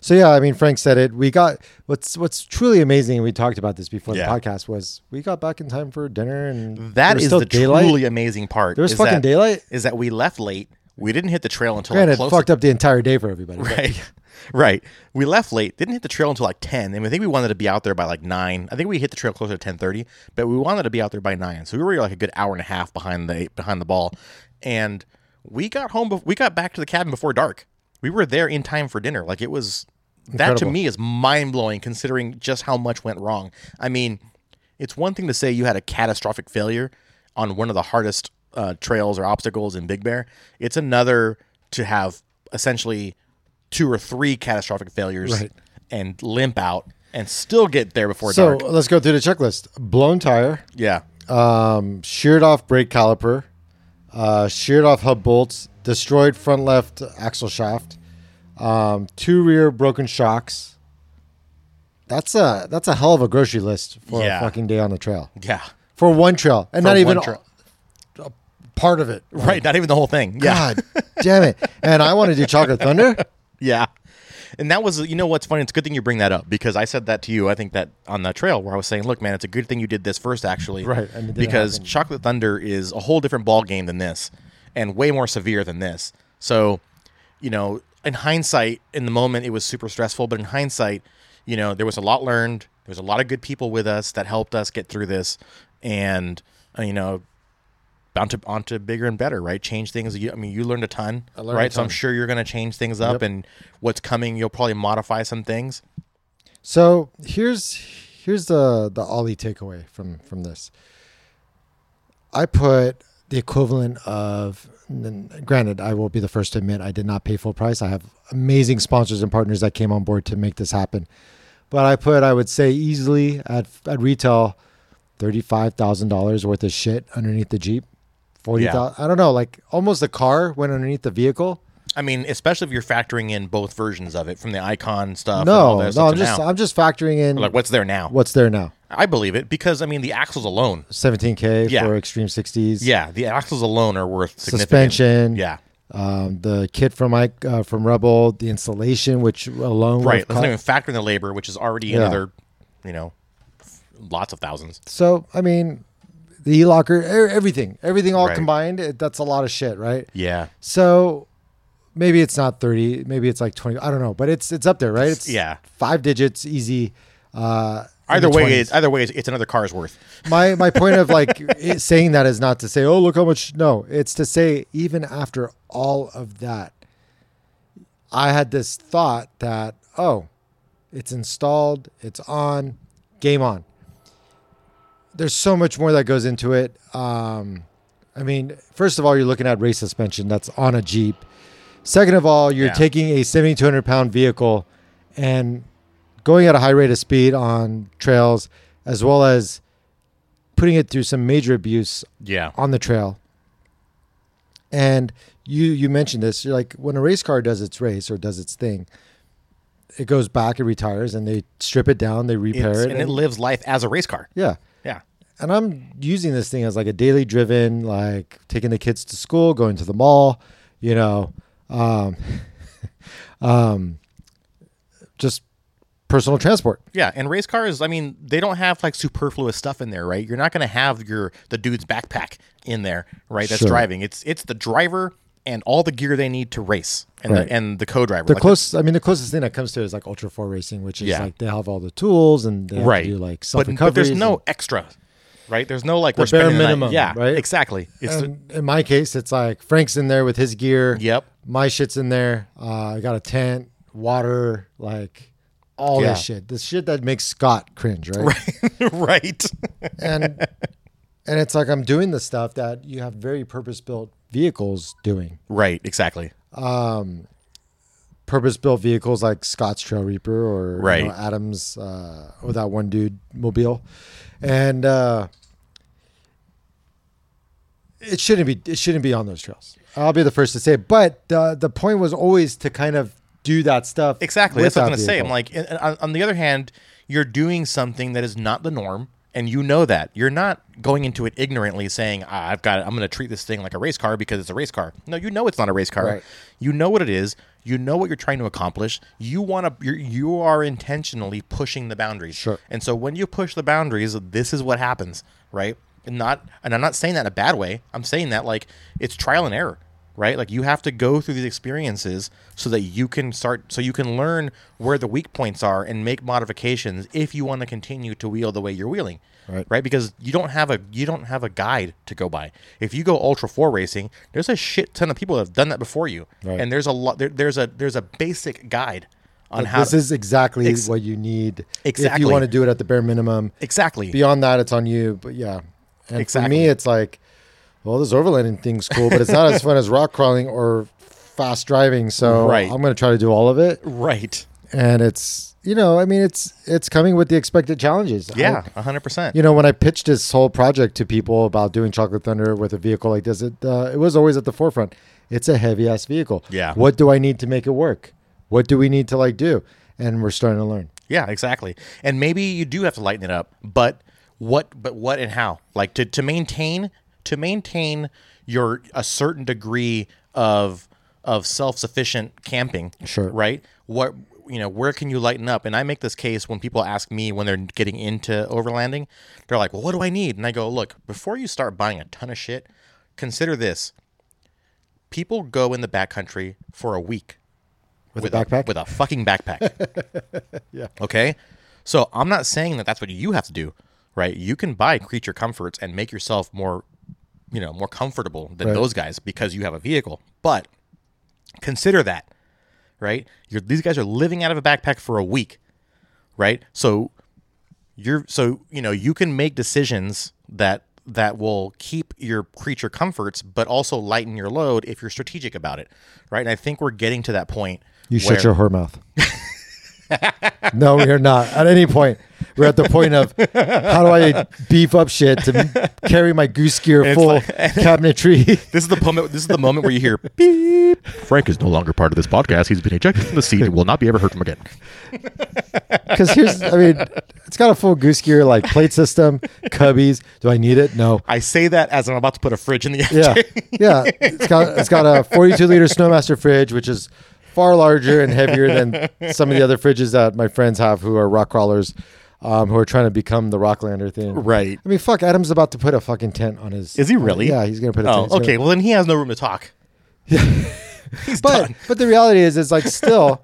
Speaker 2: So yeah, I mean Frank said it. We got what's what's truly amazing. and We talked about this before
Speaker 1: Yeah.
Speaker 2: the podcast was we got back in time for dinner and there
Speaker 1: That
Speaker 2: was
Speaker 1: is
Speaker 2: still
Speaker 1: the
Speaker 2: daylight.
Speaker 1: truly amazing part.
Speaker 2: there was
Speaker 1: is
Speaker 2: fucking
Speaker 1: that-
Speaker 2: daylight.
Speaker 1: Is that we left late. We didn't hit the trail until
Speaker 2: Granted,
Speaker 1: like close
Speaker 2: fucked up the entire day for everybody. but-
Speaker 1: Right. Right. We left late. Didn't hit the trail until like 10. And I think we wanted to be out there by like 9. I think we hit the trail closer to 10:30, but we wanted to be out there by 9. So we were like a good hour and a half behind the behind the ball. And we got home bef- we got back to the cabin before dark. We were there in time for dinner. Like it was that to
Speaker 2: Incredible.
Speaker 1: me is mind-blowing considering just how much went wrong. I mean, it's one thing to say you had a catastrophic failure on one of the hardest uh, trails or obstacles in Big Bear. It's another to have essentially two or three catastrophic failures
Speaker 2: Right.
Speaker 1: and limp out and still get there before
Speaker 2: So
Speaker 1: dark.
Speaker 2: let's go through the checklist. Blown tire,
Speaker 1: Yeah.
Speaker 2: um, sheared off brake caliper, uh, sheared off hub bolts, destroyed front left axle shaft, um, two rear broken shocks. That's a that's a hell of a grocery list for
Speaker 1: Yeah.
Speaker 2: a fucking day on the trail.
Speaker 1: Yeah.
Speaker 2: For one trail, and not
Speaker 1: one
Speaker 2: even
Speaker 1: trail.
Speaker 2: a- a part of it.
Speaker 1: Right. Not even the whole thing. Yeah.
Speaker 2: God damn it! And I want to do chocolate thunder.
Speaker 1: Yeah. And that was, you know, what's funny. It's a good thing you bring that up because I said that to you. I think that on the trail where I was saying, look, man, it's a good thing you did this first, actually,
Speaker 2: Right, and it didn't
Speaker 1: because
Speaker 2: happen.
Speaker 1: Chocolate Thunder is a whole different ball game than this, and way more severe than this. So, you know, in hindsight, in the moment, it was super stressful. But in hindsight, you know, there was a lot learned. There was a lot of good people with us that helped us get through this, and uh, you know, bound to onto bigger and better, right? Change things. You, I mean, you learned a ton,
Speaker 2: learned a
Speaker 1: right? So I'm
Speaker 2: ton.
Speaker 1: sure you're going to change things up, and what's coming, you'll probably modify some things.
Speaker 2: So here's here's the the Ollie takeaway from from this. I put the equivalent of and granted I will be the first to admit I did not pay full price. I have amazing sponsors and partners that came on board to make this happen. But I put I would say easily at at retail $35,000 worth of shit underneath the Jeep. 40,000 I don't know, like almost the car went underneath the vehicle.
Speaker 1: I mean, especially if you're factoring in both versions of it from the icon stuff. and all
Speaker 2: No,
Speaker 1: that
Speaker 2: no,
Speaker 1: stuff
Speaker 2: I'm
Speaker 1: to
Speaker 2: just
Speaker 1: now.
Speaker 2: I'm just factoring in
Speaker 1: like what's there now.
Speaker 2: what's there now.
Speaker 1: I believe it because I mean the axles alone.
Speaker 2: 17k
Speaker 1: Yeah.
Speaker 2: for extreme 60s.
Speaker 1: Yeah, the axles alone are worth significant.
Speaker 2: suspension.
Speaker 1: Yeah,
Speaker 2: um, the kit from Mike uh, from Rebel, the installation, which alone would
Speaker 1: right. Let's
Speaker 2: have
Speaker 1: not
Speaker 2: cost-
Speaker 1: even factor in the labor, which is already another, you know, lots of thousands.
Speaker 2: So I mean, the e locker, everything, everything all
Speaker 1: Right.
Speaker 2: combined, it, that's a lot of shit, right?
Speaker 1: Yeah,
Speaker 2: So maybe it's not 30, maybe it's like 20. I don't know, but it's it's up there, right? It's
Speaker 1: Yeah.
Speaker 2: five digits, easy. Uh, in the
Speaker 1: either way,
Speaker 2: 20s.
Speaker 1: it's, either way, it's, it's another car's worth.
Speaker 2: my my point of like it, saying that is not to say oh look how much no it's to say even after all of that i had this thought that oh it's installed it's on game on there's so much more that goes into it um i mean first of all you're looking at race suspension that's on a jeep second of all you're
Speaker 1: Yeah.
Speaker 2: taking a 7200 pound vehicle and going at a high rate of speed on trails as well as putting it through some major abuse
Speaker 1: Yeah,
Speaker 2: on the trail. And you you mentioned this. You're like when a race car does its race or does its thing, it goes back, it retires, and they strip it down, they repair
Speaker 1: It's-
Speaker 2: it,
Speaker 1: and it
Speaker 2: and-
Speaker 1: lives life as a race car.
Speaker 2: yeah.
Speaker 1: Yeah.
Speaker 2: And I'm using this thing as like a daily driven, like taking the kids to school, going to the mall, you know, um, um, just personal transport.
Speaker 1: Yeah, and race cars, I mean, they don't have like superfluous stuff in there, right? You're not going to have your the dude's backpack in there, right? That's
Speaker 2: Sure.
Speaker 1: driving. It's it's the driver and all the gear they need to race and
Speaker 2: Right.
Speaker 1: the, and the co-driver.
Speaker 2: The
Speaker 1: Like,
Speaker 2: close, I mean, the closest thing that comes to it is like Ultra Four Racing, which is
Speaker 1: Yeah.
Speaker 2: like they have all the tools and they have
Speaker 1: right.
Speaker 2: to do like self
Speaker 1: but,
Speaker 2: recovery.
Speaker 1: but there's no extra, right? There's no like we're
Speaker 2: bare
Speaker 1: spending the night-
Speaker 2: minimum,
Speaker 1: Yeah,
Speaker 2: right?
Speaker 1: exactly. It's the,
Speaker 2: And in my case, it's like Frank's in there with his gear.
Speaker 1: Yep.
Speaker 2: My shit's in there. Uh, I got a tent, water, like all
Speaker 1: Yeah.
Speaker 2: this shit. This shit that makes Scott cringe, right?
Speaker 1: right.
Speaker 2: And and it's like I'm doing the stuff that you have very purpose built vehicles doing.
Speaker 1: right, exactly.
Speaker 2: Purpose built vehicles like Scott's Trail Reaper or you
Speaker 1: Right.
Speaker 2: know, Adams uh, or that one dude mobile. And uh, it shouldn't be it shouldn't be on those trails. I'll be the first to say, it. but the the point was always to kind of do that stuff.
Speaker 1: Exactly. That's what I'm going
Speaker 2: with that
Speaker 1: to say. I'm
Speaker 2: vehicle.
Speaker 1: like, and- and on, on the other hand, you're doing something that is not the norm and you know that you're not going into it ignorantly saying ah, i've got it. i'm going to treat this thing like a race car because it's a race car no you know it's not a race car
Speaker 2: Right.
Speaker 1: you know what it is you know what you're trying to accomplish you want to you are intentionally pushing the boundaries
Speaker 2: Sure.
Speaker 1: and so when you push the boundaries this is what happens right and not and i'm not saying that in a bad way i'm saying that like it's trial and error right like you have to go through these experiences so that you can start so you can learn where the weak points are and make modifications if you want to continue to wheel the way you're wheeling
Speaker 2: Right.
Speaker 1: right because you don't have a you don't have a guide to go by if you go ultra 4 racing there's a shit ton of people that have done that before you
Speaker 2: Right.
Speaker 1: and there's a lot there, there's a there's a basic guide on how
Speaker 2: This
Speaker 1: to,
Speaker 2: is exactly
Speaker 1: Ex-
Speaker 2: what you need. If
Speaker 1: Exactly.
Speaker 2: you want to do it at the bare minimum.
Speaker 1: exactly
Speaker 2: Beyond that, it's on you. But yeah. And for
Speaker 1: Exactly.
Speaker 2: me, it's like, well, this overlanding thing's cool, but it's not as fun as rock crawling or fast driving. So
Speaker 1: Right.
Speaker 2: I'm going to try to do all of it.
Speaker 1: right
Speaker 2: And it's, you know, I mean, it's it's coming with the expected challenges. I-
Speaker 1: yeah 100%
Speaker 2: you know, when I pitched this whole project to people about doing Chocolate Thunder with a vehicle like this, it uh, it was always at the forefront. It's a heavy ass vehicle.
Speaker 1: Yeah.
Speaker 2: What do I need to make it work? What do we need to like do? And we're starting to learn.
Speaker 1: Yeah, exactly. And maybe you do have to lighten it up, but what but what and how? Like to, to maintain to maintain your a certain degree of of self-sufficient camping.
Speaker 2: Sure.
Speaker 1: Right? What you know, where can you lighten up? And I make this case when people ask me when they're getting into overlanding, they're like, "Well, what do I need?" And I go, "Look, before you start buying a ton of shit, consider this. People go in the backcountry for a week
Speaker 2: With, a backpack.
Speaker 1: with a fucking backpack. yeah. Okay. So I'm not saying that that's what you have to do, right? You can buy creature comforts and make yourself more, you know, more comfortable than
Speaker 2: Right.
Speaker 1: those guys because you have a vehicle. But consider that, right? You're, these guys are living out of a backpack for a week, right? So you're so you know you can make decisions that that will keep your creature comforts but also lighten your load if you're strategic about it right and i think we're getting to that point
Speaker 2: you
Speaker 1: where-
Speaker 2: shut your whore mouth. no, we are not. At any point, we're at the point of how do I beef up shit to carry my goose gear
Speaker 1: it's
Speaker 2: full
Speaker 1: like-
Speaker 2: cabinetry?
Speaker 1: This is the moment. This is the moment where you hear beep. Frank is no longer part of this podcast. He's been ejected from the seat and will not be ever heard from again.
Speaker 2: Because here's, I mean, it's got a full goose gear like plate system, cubbies. Do I need it? No.
Speaker 1: I say that as I'm about to put a fridge in the
Speaker 2: Yeah, yeah. It's got it's got a 42 liter Snowmaster fridge, which is far larger and heavier than some of the other fridges that my friends have who are rock crawlers, um, who are trying to become the Rocklander thing.
Speaker 1: Right.
Speaker 2: I mean, fuck. Adam's about to put a fucking tent on his.
Speaker 1: Is he really?
Speaker 2: Yeah, he's gonna put a
Speaker 1: Oh,
Speaker 2: tent. He's
Speaker 1: okay.
Speaker 2: gonna-
Speaker 1: Well, then he has no room to talk. He's
Speaker 2: but
Speaker 1: done.
Speaker 2: but the reality is, it's like still.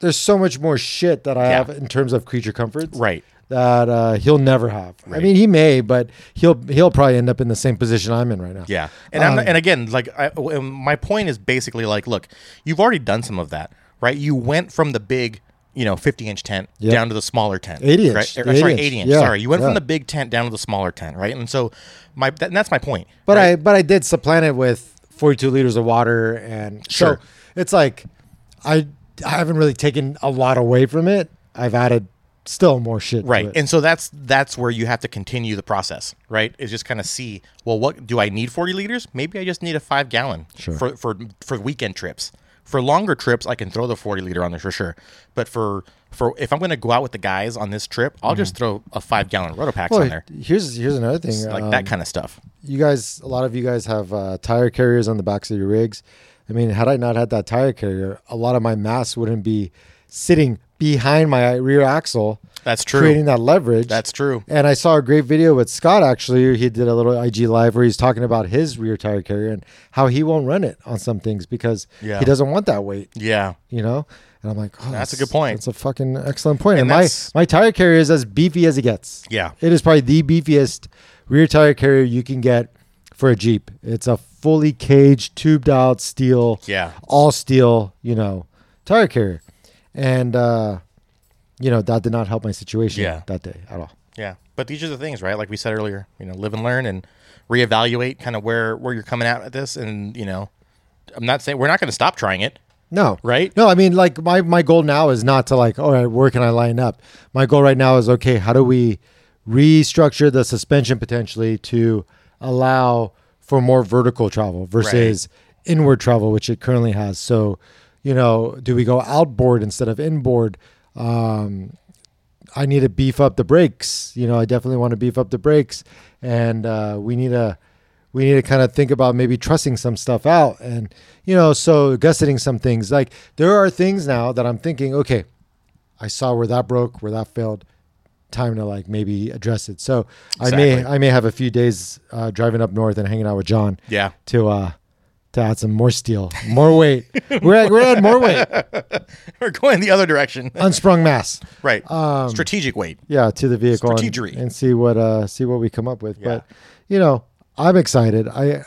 Speaker 2: There's so much more shit that I
Speaker 1: Yeah.
Speaker 2: have in terms of creature comforts,
Speaker 1: Right.
Speaker 2: That uh, he'll never have.
Speaker 1: Right.
Speaker 2: I mean, he may, but he'll he'll probably end up in the same position I'm in right now.
Speaker 1: Yeah, and
Speaker 2: Um,
Speaker 1: I'm, and again, like I, w- and my point is basically like, look, you've already done some of that, right? You went from the big, you know, 50 inch tent
Speaker 2: Yep.
Speaker 1: down to the smaller tent,
Speaker 2: 80 inch,
Speaker 1: right? Or,
Speaker 2: 80
Speaker 1: sorry,
Speaker 2: inch,
Speaker 1: 80 inch.
Speaker 2: yeah,
Speaker 1: Sorry, you went from
Speaker 2: yeah.
Speaker 1: the big tent down to the smaller tent, right? And so my that, and that's my point.
Speaker 2: But
Speaker 1: right?
Speaker 2: I but I did supplant it with 42 liters of water and
Speaker 1: Sure.
Speaker 2: so it's like I I haven't really taken a lot away from it. I've added still more shit. to
Speaker 1: right
Speaker 2: it.
Speaker 1: and so that's that's where you have to continue the process right is just kind of see well what do i need 40 liters maybe i just need a five gallon
Speaker 2: Sure.
Speaker 1: for for for weekend trips for longer trips i can throw the 40 liter on there for sure but for for if i'm going to go out with the guys on this trip i'll
Speaker 2: Mm-hmm.
Speaker 1: just throw a five gallon rotopax on
Speaker 2: Well,
Speaker 1: there
Speaker 2: here's here's another thing.
Speaker 1: like
Speaker 2: um,
Speaker 1: that kind of stuff
Speaker 2: you guys, a lot of you guys have uh, tire carriers on the backs of your rigs. I mean, had I not had that tire carrier, a lot of my mass wouldn't be sitting behind my rear axle.
Speaker 1: That's true.
Speaker 2: Creating that leverage.
Speaker 1: That's true.
Speaker 2: And I saw a great video with Scott actually. He did a little IG live where he's talking about his rear tire carrier and how he won't run it on some things because
Speaker 1: Yeah.
Speaker 2: he doesn't want that weight,
Speaker 1: yeah
Speaker 2: you know? And I'm like, oh,
Speaker 1: That's a good point.
Speaker 2: That's a fucking excellent point. And, my,
Speaker 1: that's-
Speaker 2: my tire carrier is as beefy as it gets.
Speaker 1: Yeah.
Speaker 2: It is probably the beefiest rear tire carrier you can get for a Jeep. It's a fully caged, tubed out steel,
Speaker 1: Yeah.
Speaker 2: all steel, you know, tire carrier. And, uh, you know, that did not help my situation
Speaker 1: Yeah.
Speaker 2: that day at all.
Speaker 1: Yeah, but these are the things, right? Like we said earlier, you know, live and learn and reevaluate kind of where where you're coming out at this, and you know, I'm not saying we're not going to stop trying it.
Speaker 2: No.
Speaker 1: Right?
Speaker 2: No, I mean, like, my, my goal now is not to, like, all right, where can I line up? My goal right now is, okay, how do we restructure the suspension potentially to allow for more vertical travel versus inward travel, which it currently has? So, you know, do we go outboard instead of inboard? Um, I need to beef up the brakes. You know, I definitely want to beef up the brakes, and uh, we need to we need to kind of think about maybe trussing some stuff out, and you know, so gusseting some things. Like there are things now that I'm thinking, okay, I saw where that broke, where that failed. Time to like maybe address it. So I may
Speaker 1: Exactly.
Speaker 2: I may have a few days uh, driving up north and hanging out with John
Speaker 1: Yeah.
Speaker 2: to uh to add some more steel, more weight. We're at, we're at more weight,
Speaker 1: We're going the other direction.
Speaker 2: unsprung mass.
Speaker 1: right.
Speaker 2: Um,
Speaker 1: Strategic weight.
Speaker 2: Yeah, to the vehicle and-
Speaker 1: Strategery.
Speaker 2: and, see what uh see what we come up with. But you know, I'm excited. I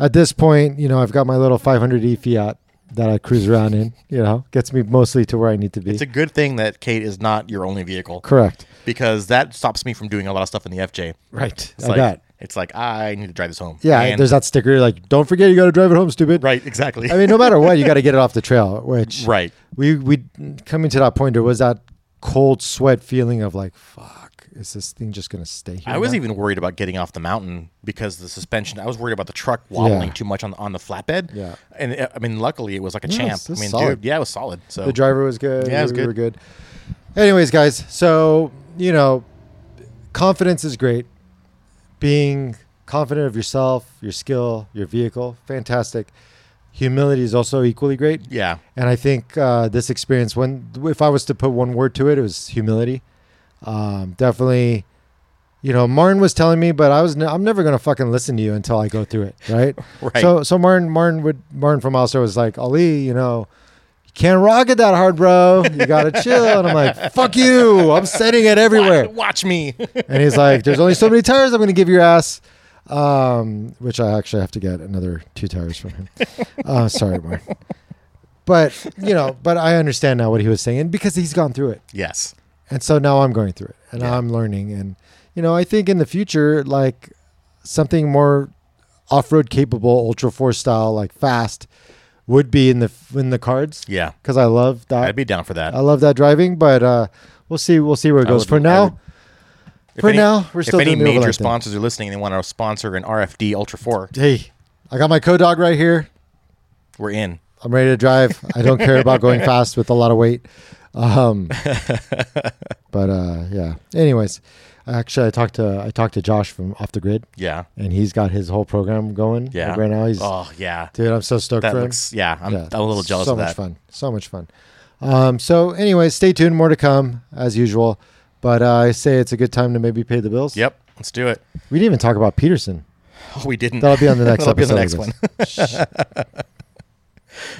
Speaker 2: at this point, you know, I've got my little 500e Fiat that I cruise around in. You know, gets me mostly to where I need to be.
Speaker 1: It's a good thing that Kate is not your only vehicle
Speaker 2: Correct.
Speaker 1: because that stops me from doing a lot of stuff in the FJ.
Speaker 2: Right.
Speaker 1: It's
Speaker 2: I
Speaker 1: like,
Speaker 2: bet.
Speaker 1: It's like I need to drive this home.
Speaker 2: Yeah,
Speaker 1: And-
Speaker 2: there's that sticker like, don't forget you got to drive it home, stupid.
Speaker 1: right. Exactly.
Speaker 2: I mean, no matter what, you got to get it off the trail. Which
Speaker 1: right.
Speaker 2: we we coming to that point there was that cold sweat feeling of like fuck is this thing just gonna stay here
Speaker 1: I was
Speaker 2: now?
Speaker 1: even worried about getting off the mountain because the suspension. I was worried about the truck wobbling
Speaker 2: Yeah.
Speaker 1: too much on on the flatbed.
Speaker 2: Yeah.
Speaker 1: and uh, I mean, luckily it was like a champ.
Speaker 2: it's-
Speaker 1: I
Speaker 2: it's
Speaker 1: mean,
Speaker 2: solid.
Speaker 1: dude, yeah, it was solid. So
Speaker 2: the driver was good
Speaker 1: Yeah, it was
Speaker 2: we were good anyways guys so you know confidence is great being confident of yourself your skill your vehicle fantastic humility is also equally great
Speaker 1: yeah,
Speaker 2: and I think uh, this experience, when if I was to put one word to it, it was humility. Um, definitely, you know, Martin was telling me, but I was ne- I'm never gonna fucking listen to you until I go through it, right?
Speaker 1: Right.
Speaker 2: So so Martin Martin would Martin from Ulster was like Ali, you know. you Can't rock it that hard, bro. You gotta chill. And I'm like, fuck you. I'm setting it everywhere.
Speaker 1: Watch, watch me.
Speaker 2: And he's like, there's only so many tires I'm gonna give your ass. Um, which I actually have to get another two tires from him. Uh, sorry, Martin. But you know, but I understand now what he was saying because he's gone through it.
Speaker 1: yes,
Speaker 2: And so now I'm going through it and
Speaker 1: Yeah.
Speaker 2: I'm learning. And, you know, I think in the future, like something more off road capable, ultra four style, like fast would be in the, in the cards.
Speaker 1: yeah,
Speaker 2: Cause I love
Speaker 1: I'd
Speaker 2: that.
Speaker 1: be down for that.
Speaker 2: I love that driving, but, uh, we'll see. We'll see where it
Speaker 1: I
Speaker 2: goes
Speaker 1: would-
Speaker 2: for
Speaker 1: I
Speaker 2: now.
Speaker 1: would- If
Speaker 2: for
Speaker 1: any-
Speaker 2: now, we're still
Speaker 1: if any
Speaker 2: doing the
Speaker 1: major
Speaker 2: overland thing.
Speaker 1: sponsors are listening, and they want to sponsor an RFD Ultra Four.
Speaker 2: Hey, I got my co dog right here.
Speaker 1: We're in.
Speaker 2: I'm ready to drive. I don't care about going fast with a lot of weight. Um, but uh, yeah. Anyways, actually, I talked to I talked to Josh from Off the Grid,
Speaker 1: Yeah,
Speaker 2: and he's got his whole program going.
Speaker 1: yeah.
Speaker 2: Like, right now, he's
Speaker 1: oh yeah.
Speaker 2: dude. I'm so stoked
Speaker 1: That
Speaker 2: for him.
Speaker 1: looks yeah. I'm,
Speaker 2: Yeah,
Speaker 1: I'm a little jealous
Speaker 2: So
Speaker 1: of that.
Speaker 2: much fun. So much fun. Um, so, anyways, stay tuned. More to come as usual. But uh, I say it's a good time to maybe pay the bills.
Speaker 1: Yep, let's do it.
Speaker 2: We didn't even talk about Peterson.
Speaker 1: Oh, we didn't.
Speaker 2: That'll be on the next
Speaker 1: That'll be on
Speaker 2: episode.
Speaker 1: the
Speaker 2: I
Speaker 1: next one.
Speaker 2: guess.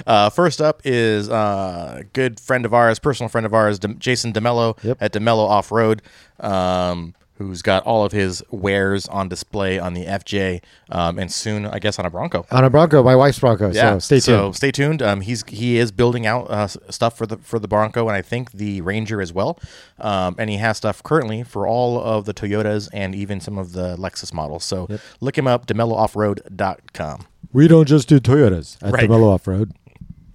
Speaker 1: Uh, first up is uh, a good friend of ours, personal friend of ours, De- Jason DeMello
Speaker 2: Yep.
Speaker 1: at DeMello Off Road, um, who's got all of his wares on display on the FJ um, and soon, I guess, on a Bronco.
Speaker 2: on a Bronco, my wife's Bronco. So stay tuned.
Speaker 1: So stay tuned. Um, he's he is building out uh, s- stuff for the for the Bronco and I think the Ranger as well. Um, and he has stuff currently for all of the Toyotas and even some of the Lexus models. So look him up, DeMelloOffroad.com.
Speaker 2: We don't just do Toyotas at
Speaker 1: Right.
Speaker 2: the Mellow Off Road.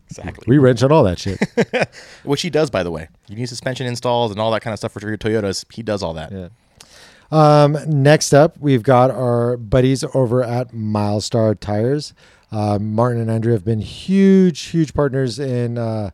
Speaker 1: Exactly.
Speaker 2: We wrench on all that shit.
Speaker 1: Which he does, by the way. You need suspension installs and all that kind of stuff for your Toyotas. He does all that.
Speaker 2: um, next up, we've got our buddies over at Milestar Tires. Uh, Martin and Andrea have been huge, huge partners in uh,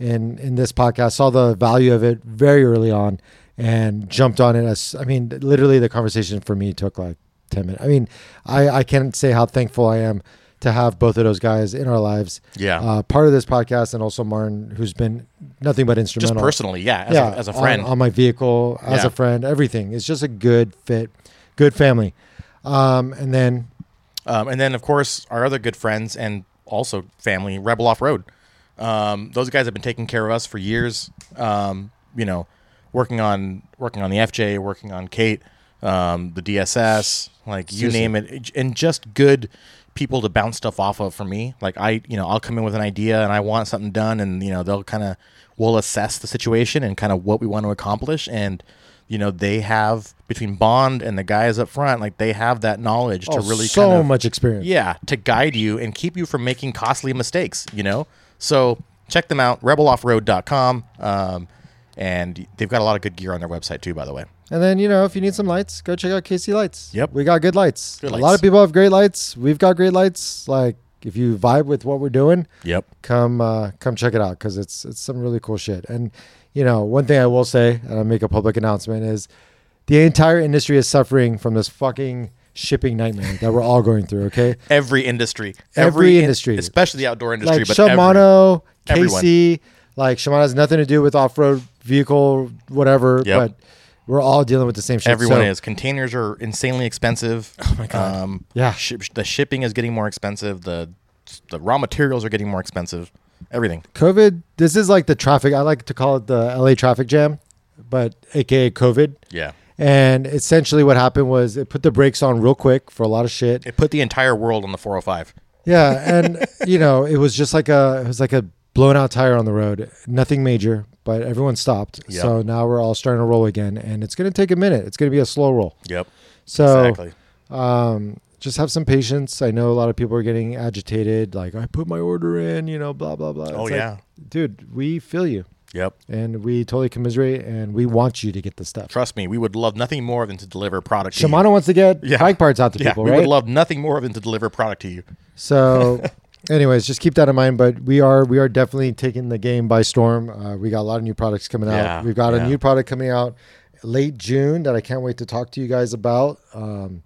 Speaker 2: in in this podcast. Saw the value of it very early on and jumped on it. As I mean, literally, the conversation for me took like ten minutes. I mean, I I can't say how thankful I am to have both of those guys in our lives.
Speaker 1: Yeah.
Speaker 2: uh, part of this podcast, and also Martin, who's been nothing but
Speaker 1: Just
Speaker 2: instrumental.
Speaker 1: personally, yeah, as, a, as a
Speaker 2: on-
Speaker 1: friend.
Speaker 2: on, my vehicle as
Speaker 1: Yeah.
Speaker 2: a friend everything it's just a good fit good family um and then
Speaker 1: Um, and then, of course, our other good friends and also family, Rebel Off Road. Um, those guys have been taking care of us for years. Um, you know, working on working on the FJ, working on Kate, um, the DSS, like you
Speaker 2: Seriously.
Speaker 1: name it, and just good people to bounce stuff off of for me. Like I, you know, I'll come in with an idea and I want something done, and you know, they'll kind of we'll assess the situation and kind of what we want to accomplish and. You know they have between Bond and the guys up front, like they have that knowledge to really
Speaker 2: so
Speaker 1: kind of,
Speaker 2: much experience
Speaker 1: yeah, to guide you and keep you from making costly mistakes, you know? So check them out, rebeloffroad.com. Um, and they've got a lot of good gear on their website, too, by the way.
Speaker 2: and then you know if you need some lights go check out kc lights
Speaker 1: Yep.
Speaker 2: we got good lights
Speaker 1: Good
Speaker 2: a lot
Speaker 1: lights.
Speaker 2: of people have great lights we've got great lights like if you vibe with what we're doing,
Speaker 1: Yep.
Speaker 2: come uh, come check it out because it's it's some really cool shit. And you know, one thing I will say, and I make a public announcement, is the entire industry is suffering from this fucking shipping nightmare that we're all going through. Okay,
Speaker 1: Every industry.
Speaker 2: Every
Speaker 1: in-
Speaker 2: industry.
Speaker 1: especially the outdoor industry,
Speaker 2: like
Speaker 1: but every-
Speaker 2: Shimano,
Speaker 1: everyone.
Speaker 2: KC, like Shimano has nothing to do with off road vehicle, whatever.
Speaker 1: Yep.
Speaker 2: But we're all dealing with the same shit.
Speaker 1: everyone
Speaker 2: So-
Speaker 1: is. Containers are insanely expensive. Oh my god. Um,
Speaker 2: Yeah.
Speaker 1: ship- the shipping is getting more expensive. The the raw materials are getting more expensive. Everything.
Speaker 2: COVID, this is like the traffic. I like to call it the LA traffic jam, but AKA COVID.
Speaker 1: Yeah.
Speaker 2: And essentially, what happened was it put the brakes on real quick for a lot of shit.
Speaker 1: It put the entire world on the 405.
Speaker 2: Yeah, and you know, it was just like a it was like a blown out tire on the road. Nothing major, but everyone stopped.
Speaker 1: Yeah.
Speaker 2: So now we're all starting to roll again, and it's going to take a minute. It's going to be a slow roll.
Speaker 1: Yep.
Speaker 2: So
Speaker 1: exactly.
Speaker 2: um, just have some patience. I know a lot of people are getting agitated, like I put my order in, you know, blah blah blah. It's
Speaker 1: Oh
Speaker 2: like,
Speaker 1: yeah.
Speaker 2: dude, we feel you.
Speaker 1: Yep.
Speaker 2: and we totally commiserate and we want you to get the stuff.
Speaker 1: Trust me, we would love nothing more than to deliver product to you.
Speaker 2: Shimano wants to get
Speaker 1: Yeah.
Speaker 2: bike parts out to
Speaker 1: Yeah,
Speaker 2: people,
Speaker 1: we
Speaker 2: right?
Speaker 1: would love nothing more than to deliver product to you.
Speaker 2: so, anyways, just keep that in mind. But we are we are definitely taking the game by storm. Uh, we got a lot of new products coming out.
Speaker 1: Yeah,
Speaker 2: We've got
Speaker 1: yeah.
Speaker 2: a new product coming out late June that I can't wait to talk to you guys about. Um,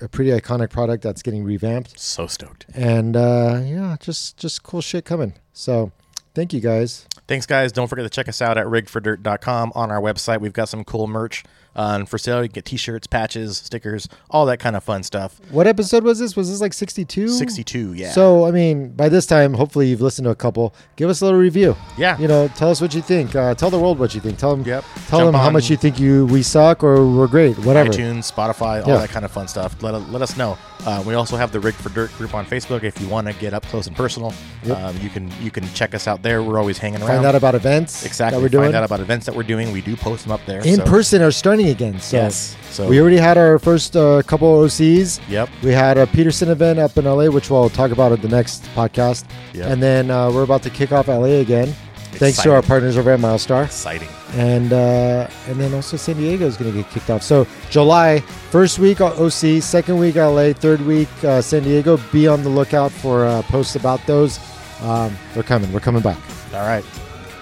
Speaker 2: a pretty iconic product that's getting revamped,
Speaker 1: So stoked.
Speaker 2: and uh, yeah, just just cool shit coming. So, thank you guys.
Speaker 1: Thanks, guys. Don't forget to check us out at rigfordirt.com on our website. We've got some cool merch um, for sale. You can get t shirts, patches, stickers, all that kind of fun stuff.
Speaker 2: What episode was this? Was this like sixty two?
Speaker 1: 62, yeah.
Speaker 2: So I mean, by this time, hopefully you've listened to a couple. Give us a little review.
Speaker 1: Yeah.
Speaker 2: You know, tell us what you think. Uh, tell the world what you think. Tell them.
Speaker 1: Yep.
Speaker 2: Tell
Speaker 1: Jump
Speaker 2: them how
Speaker 1: on-
Speaker 2: much you think you we suck or we're great. Whatever.
Speaker 1: iTunes, Spotify, all
Speaker 2: Yeah.
Speaker 1: that kind of fun stuff. Let, let us know. Uh, we also have the Rig for Dirt group on Facebook. If you want to get up close and personal, um, you can you can check us out there. We're always hanging around.
Speaker 2: Find out about events.
Speaker 1: exactly.
Speaker 2: That we're doing
Speaker 1: Find out about events that we're doing. We do post them up there.
Speaker 2: in
Speaker 1: so-
Speaker 2: person are starting again. So.
Speaker 1: Yes. So
Speaker 2: We already had our first uh, couple OCs.
Speaker 1: Yep.
Speaker 2: We had a Peterson event up in LA, which we'll talk about at the next podcast.
Speaker 1: Yep.
Speaker 2: And then uh, we're about to kick off LA again, thanks to
Speaker 1: Exciting.
Speaker 2: our partners over at Milestar.
Speaker 1: exciting.
Speaker 2: and uh, and then also San Diego is going to get kicked off. So July first week uh, OC, second week LA, third week uh, San Diego. Be on the lookout for uh, posts about those. Um, they're coming. We're coming back.
Speaker 1: All right.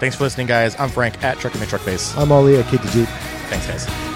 Speaker 1: Thanks for listening, guys. I'm Frank at Trucking the Truck Base.
Speaker 2: I'm Ollie at Kid the Jeep.
Speaker 1: Thanks, guys.